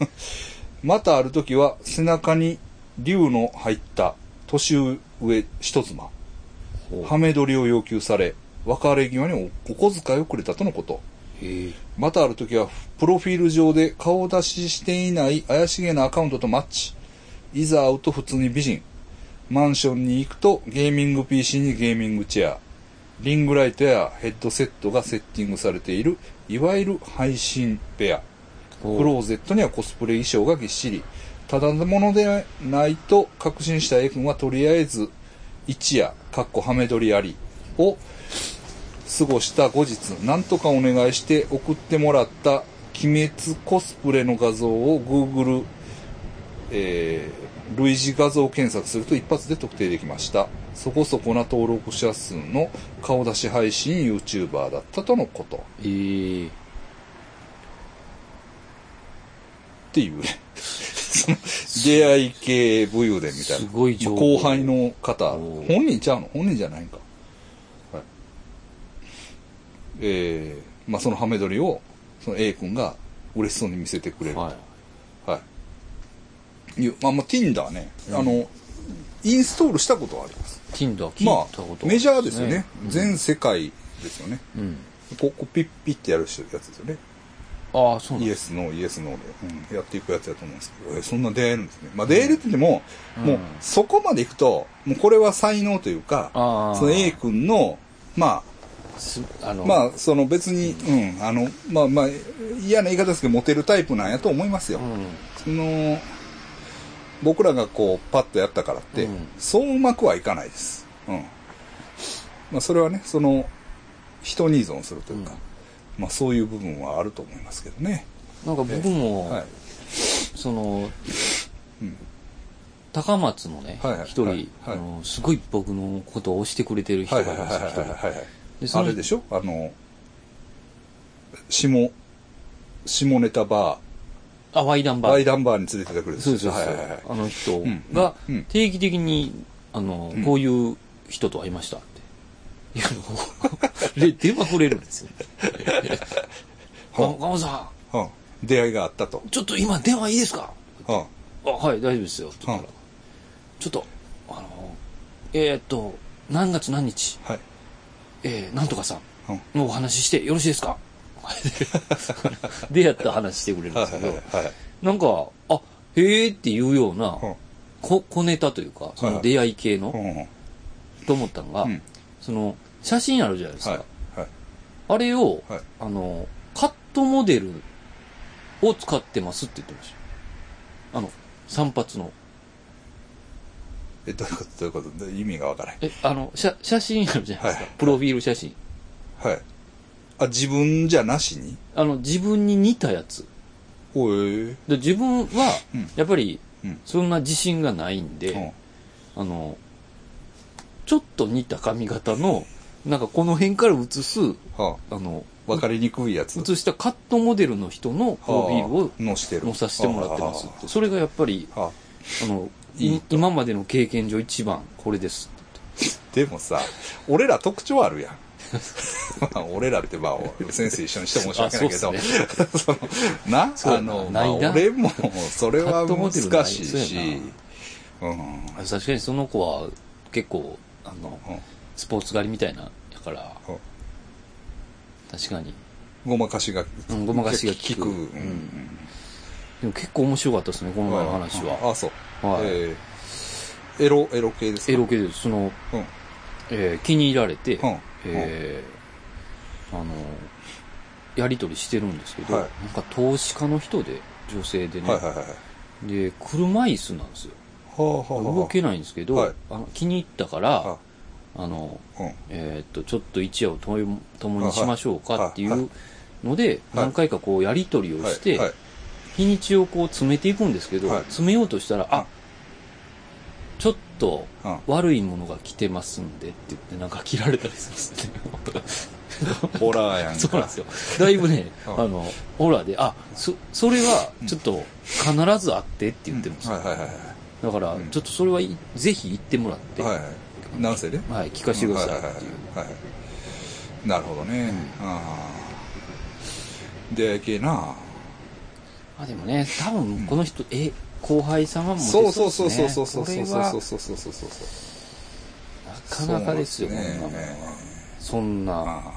A: またある時は背中に竜の入った年上一妻
B: おう
A: ハメ撮りを要求され別れ際におお小遣いをくれたとのこと
B: へえ。
A: またある時はプロフィール上で顔出ししていない怪しげなアカウントとマッチいざ会うと普通に美人マンションに行くとゲーミング PC にゲーミングチェアリングライトやヘッドセットがセッティングされているいわゆる配信ペア
B: おう
A: クローゼットにはコスプレ衣装がぎっしりただのものでないと確信した A 君はとりあえず一夜かっこハメ撮りありを過ごした後日なんとかお願いして送ってもらった鬼滅コスプレの画像を Google、えー類似画像検索すると一発で特定できましたそこそこな登録者数の顔出し配信 YouTuber だったとのことっ
B: へえ。
A: ていう ねその出会い系武勇伝みたいな
B: すごい情報
A: 後輩の方
B: おー
A: 本人ちゃうの本人じゃないんかはいえー、まあそのハメ撮りをその A 君が嬉しそうに見せてくれると
B: は
A: はい。いうまあ、まあ、Tinder ね、あの、インストールしたことはあります。
B: い。Tinder 聞い
A: ま
B: たこと
A: あ、メジャーですよね。
B: うん
A: 全世界ですよね。
B: うん。
A: ここピッピッてやる人やつですよね。
B: ああ、そうなん
A: イエス、ノー、イエス、ノーで、やっていくやつだと思うんですけど、えそんな出会えるんですね。まあ、出会えるって言っても、
B: うん
A: もう
B: うん、
A: そこまで行くと、もうこれは才能というか、
B: あー
A: その A 君の、ま
B: すあ
A: あ、
B: の、
A: まあ、その別に、うん、あの、まあまあ、嫌な言い方ですけど、モテるタイプなんやと思いますよ。
B: うん。
A: その僕らがこうパッとやったからって、
B: うん
A: そううまくはいかないです、うんまあ、それはねその人に依存するというか、まあ、そういう部分はあると思いますけどね、
B: なんか僕も、
A: はい、
B: その、
A: うん
B: 高松のね
A: はいは、い
B: 一
A: はい
B: 人、あ
A: はい
B: のすごい僕のことを推してくれてる人
A: は
B: が
A: い
B: い
A: はいはい
B: ま
A: はい
B: した、一人。
A: はいはい
B: で、そ
A: あ
B: の
A: れでしょあの下下ネタバ
B: あ、ワイダン
A: ー
B: バ
A: バ
B: ー
A: イ。ダンバーに連れてってくれる
B: そうです、そう
A: は
B: で
A: い
B: す
A: はいはい。
B: あの人
A: うん
B: が
A: うん、
B: 定期的に、あの、こういう人と会いましたって。いや、もう、 で、電話くれるんですよ。ガ
A: ほう
B: モさ
A: うん出会いがあったと、
B: ん、ちょっと今電話いいですか
A: うん
B: あ、はい、大丈夫ですよ。って言ったら
A: うん
B: ちょっと、あの、えーっと、何月何日、
A: はい
B: えー、なんとかさん。
A: うん
B: のお話ししてよろしいですか でやった話してくれるんで
A: はい
B: すけ
A: はい
B: ど、
A: はいはい
B: なんか、あ、へえっていうような、
A: うん
B: こ小ネタというか、その出会い系の、
A: うんはい
B: と思ったのが、
A: うん
B: その、写真あるじゃないですか。
A: はい
B: あれを、
A: はい
B: あの、カットモデルを使ってますって言ってました。あの、散髪の。
A: えどういうことどういうことで意味がわからない
B: え、あの、写写真あるじゃないですか。
A: はい
B: プロフィール写真。
A: はい。あ、自分じゃなしに
B: あの、自分に似たやつ。
A: おえ。
B: で自分は
A: うん、
B: やっぱり、
A: うん。
B: そんな自信がないんで、
A: うん
B: あの、ちょっと似た髪型の、なんかこの辺から写す、
A: は
B: あの、
A: あ、わかりにくいやつ。
B: 写したカットモデルの人のプロフィールを
A: はあ載してる。
B: 載させてもらってますって
A: は
B: それがやっぱり、
A: あはあ
B: あの、
A: い
B: い
A: いと
B: 今までの経験上一番これですって
A: でもさ、俺ら特徴あるやん。 まあ、俺らってまあ、先生一緒にして申し訳ないけど、
B: あそうっ
A: そのな、
B: そう
A: あの、ま
B: な
A: あ、
B: いな
A: 俺も、それは
B: カットモ
A: 難
B: デルない
A: しい
B: そう
A: し
B: や、
A: うん。
B: 言って。確かにその子は結構、あの、
A: うん
B: スポーツ狩りみたいなやから、
A: うん
B: 確かに。
A: ごまかしが、
B: うんごまかしが効く
A: うん
B: でも結構面白かったですね、この前の話
A: あ
B: は。
A: あ、そう。
B: はい
A: えーエロ、エロ系ですか
B: エロ系で、その、
A: うん。
B: えー気に入られて、
A: うん
B: えーあの、やり取りしてるんですけど、
A: はい
B: なんか投資家の人で、女性でね、
A: はいはいはいはい。は
B: で、車椅子なんですよ。
A: あはあはあ
B: 動けないんですけど、
A: はい
B: あの気に入ったから
A: は、
B: あの、
A: うん。はい
B: えーっと、ちょっと一夜を共に共にしましょう
A: はいはい
B: かっていうので、
A: はい
B: 何回かこうやり取りをして、
A: はい
B: 日にちをこう詰めていくんですけど、
A: はい
B: 詰めようとしたら、
A: うん
B: あちょっと
A: うん
B: 悪いものが来てますんでって言って、なんか切られたりするんですね。
A: ホラーやんか。
B: そうなんですよ。だいぶね、
A: う
B: あ
A: ん
B: の、ホラーで、あ、そ、それは、ちょっと、必ずあってって言ってました。
A: はいはいはいは
B: だから
A: ん、
B: ちょっとそれはい、ぜひ行ってもらって、
A: い。はい
B: は
A: はい。なんせね。
B: い、聞かせてくださいっ
A: はいはい
B: ていう。
A: はいはいなるほどね。ああ。出会い系な。
B: まあでもね、多分、この人、え、後輩さんはもう出です
A: そ
B: ね、
A: うそうそうそうそうそうそう
B: こ
A: そ
B: れ
A: う
B: は
A: そうそうそうそうそう
B: なかなかですよ、
A: そうなんですね
B: こんなもんは。そんな、
A: ああ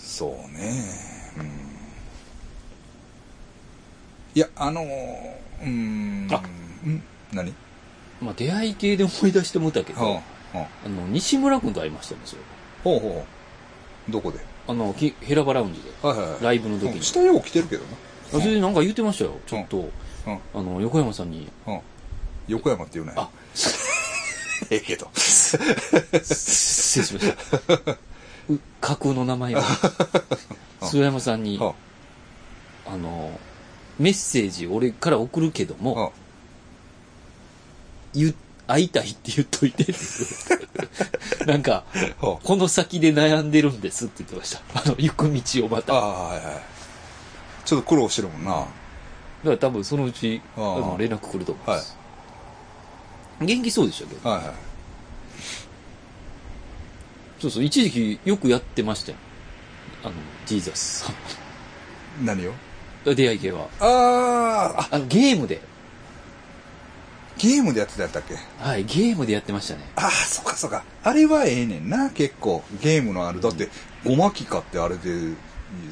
A: そうねうんいやあのーうーん
B: あ
A: うん何
B: まあ出会い系で思い出してもったけ
A: は
B: ど、
A: あはあ
B: あの、西村君と会いましたんですよ。
A: ほうほうほうどこで
B: あの、きヘラバラウンジで。
A: はいはいはい
B: ライブの時に
A: うん下よう来てるけど
B: それでなんか言ってましたよ、ちょっと、
A: なうん
B: あの、横山さんに、
A: うん横山って言うね
B: あ、
A: ええけど
B: 失礼しまし た。う架空の名前を、諏訪山さんに、
A: は
B: あの、メッセージ俺から送るけど
A: あは
B: も、言う会いたいって言っといてっ て言うなんか、
A: あは
B: この先で悩んでるんですって言ってました。あの、行く道をま
A: あ
B: た。だか
A: ああはいはいちょっと苦労してるもんなは
B: ら多分そのうち、あ
A: あ
B: の連絡来ると思います。元気そうでしたけ
A: い
B: ど。
A: は
B: そうそう、一時期よくやってましたよ。あの、ジーザスさ
A: い何を
B: ん。 出会い系は。
A: あああ
B: あの、ゲームで。
A: ゲームでやってたやったっけ
B: はい、ゲームでやってましたね。
A: ああ、そっかそっか。あれはええねんな、結構。ゲームのある。だって、ゴマキ買ってあれで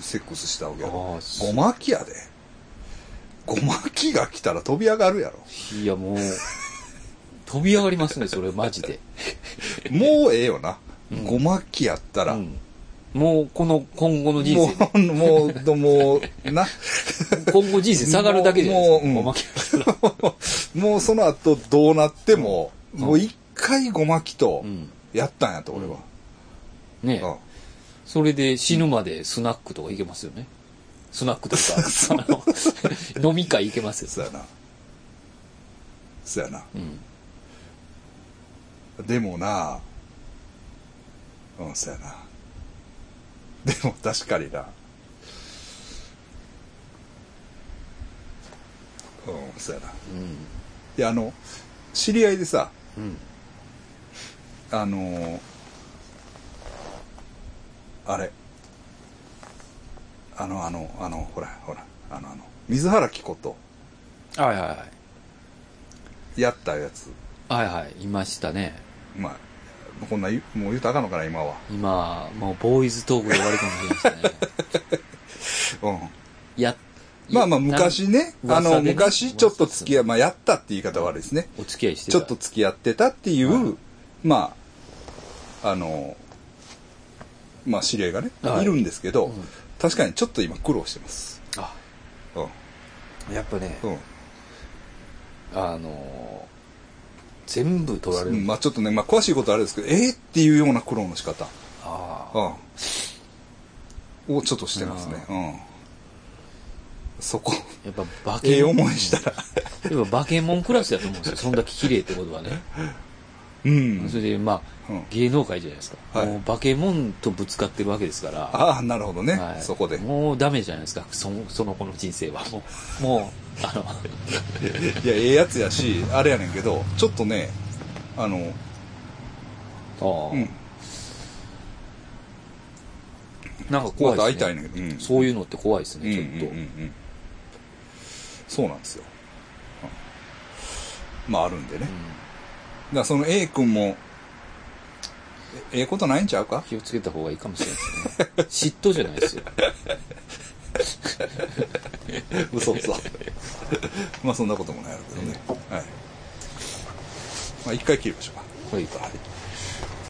A: セックスしたわけやろ
B: あ。ー
A: ゴマキやで。ゴマキが来たら飛び上がるやろ。
B: いや、もう、飛び上がりますね、それ、マ ジで。
A: もうええよな。
B: ん
A: ゴマキやったら。
B: う
A: も
B: んもう、この、今後の人生で、
A: う、もう、どもう、 な。
B: 今後人生下がるだけじゃないですか。
A: もう
B: おまけ
A: もうその後どうなっても、もう一回ゴマキと
B: うん
A: やったんやと、俺は。
B: ね
A: うん
B: それで死ぬまでスナックとか行けますよね。スナック とか、あの、飲 み会行けますよ。
A: そうやな。そうやな。
B: うん。
A: でもなうん、そうやな。でも確かにな。うん、そうやな。い
B: うん。
A: や、あの、知り合いでさ、
B: うん。
A: あのーあれ。あの、あの、あの、ほら、ほら、あの、あの、水原希子と
B: はいはいはい。
A: やったやつ。
B: はいはい、いましたね。
A: まあ、こんな言う、もう言うたらあかんのかな、今は。
B: 今、もうボーイズトークで終わりかもしれませんね。
A: うん。
B: や、
A: まあまあ昔ね、あ
B: 噂でね
A: の昔ちょっと付き合い、まあやったって言い方は悪いですね。
B: お付き合いして
A: ち
B: た
A: ょっと付き合ってたっていう、
B: は
A: まあ、あの、まあ知り合いがね、
B: はい
A: い、るんですけど、
B: うん
A: 確かにちょっと今苦労してます。
B: あ、
A: うん。
B: やっぱね、
A: うん
B: あのー全部取られ
A: う
B: る。
A: ん。まあちょっとね、まあ詳しいことはあれですけど、えー、っていうような苦労の仕方、
B: ああ。
A: うん。をちょっとしてますね。うん。そ こ、
B: やっぱ化
A: ええ
B: け物。
A: 思いしたら、
B: やっぱ化け物クラスだと思うんですよ。そんだけ綺麗ってことはね。
A: うん
B: そ。れで、まあ、
A: うん
B: 芸能界じゃないですか。
A: はい
B: もう化け物とぶつかってるわけですから。
A: ああ、なるほどね、
B: はい
A: そこで。
B: もうダメじゃないですか。そその子の人生は。もう、もう、あの、
A: いや、ええやつやし、あれやねんけど、ちょっとね、あの、
B: ああ
A: うん、
B: なんか
A: ま
B: 怖
A: た会
B: い
A: い
B: で
A: たい
B: す
A: ね
B: ね。
A: んけど、うん、
B: そういうのって怖いです
A: うん、
B: ね、ちょっ
A: うんうんう
B: と。
A: んそうなんですよ。うんまあ、あるんでね。だからその A 君も、ええことないんちゃうか
B: 気をつけた方がいいかもしれないですね。嫉妬じゃないですよ。
A: 嘘 嘘まあそんなこともないやろうけどね、はいまあ一回切りましょうか
B: はい。
A: はい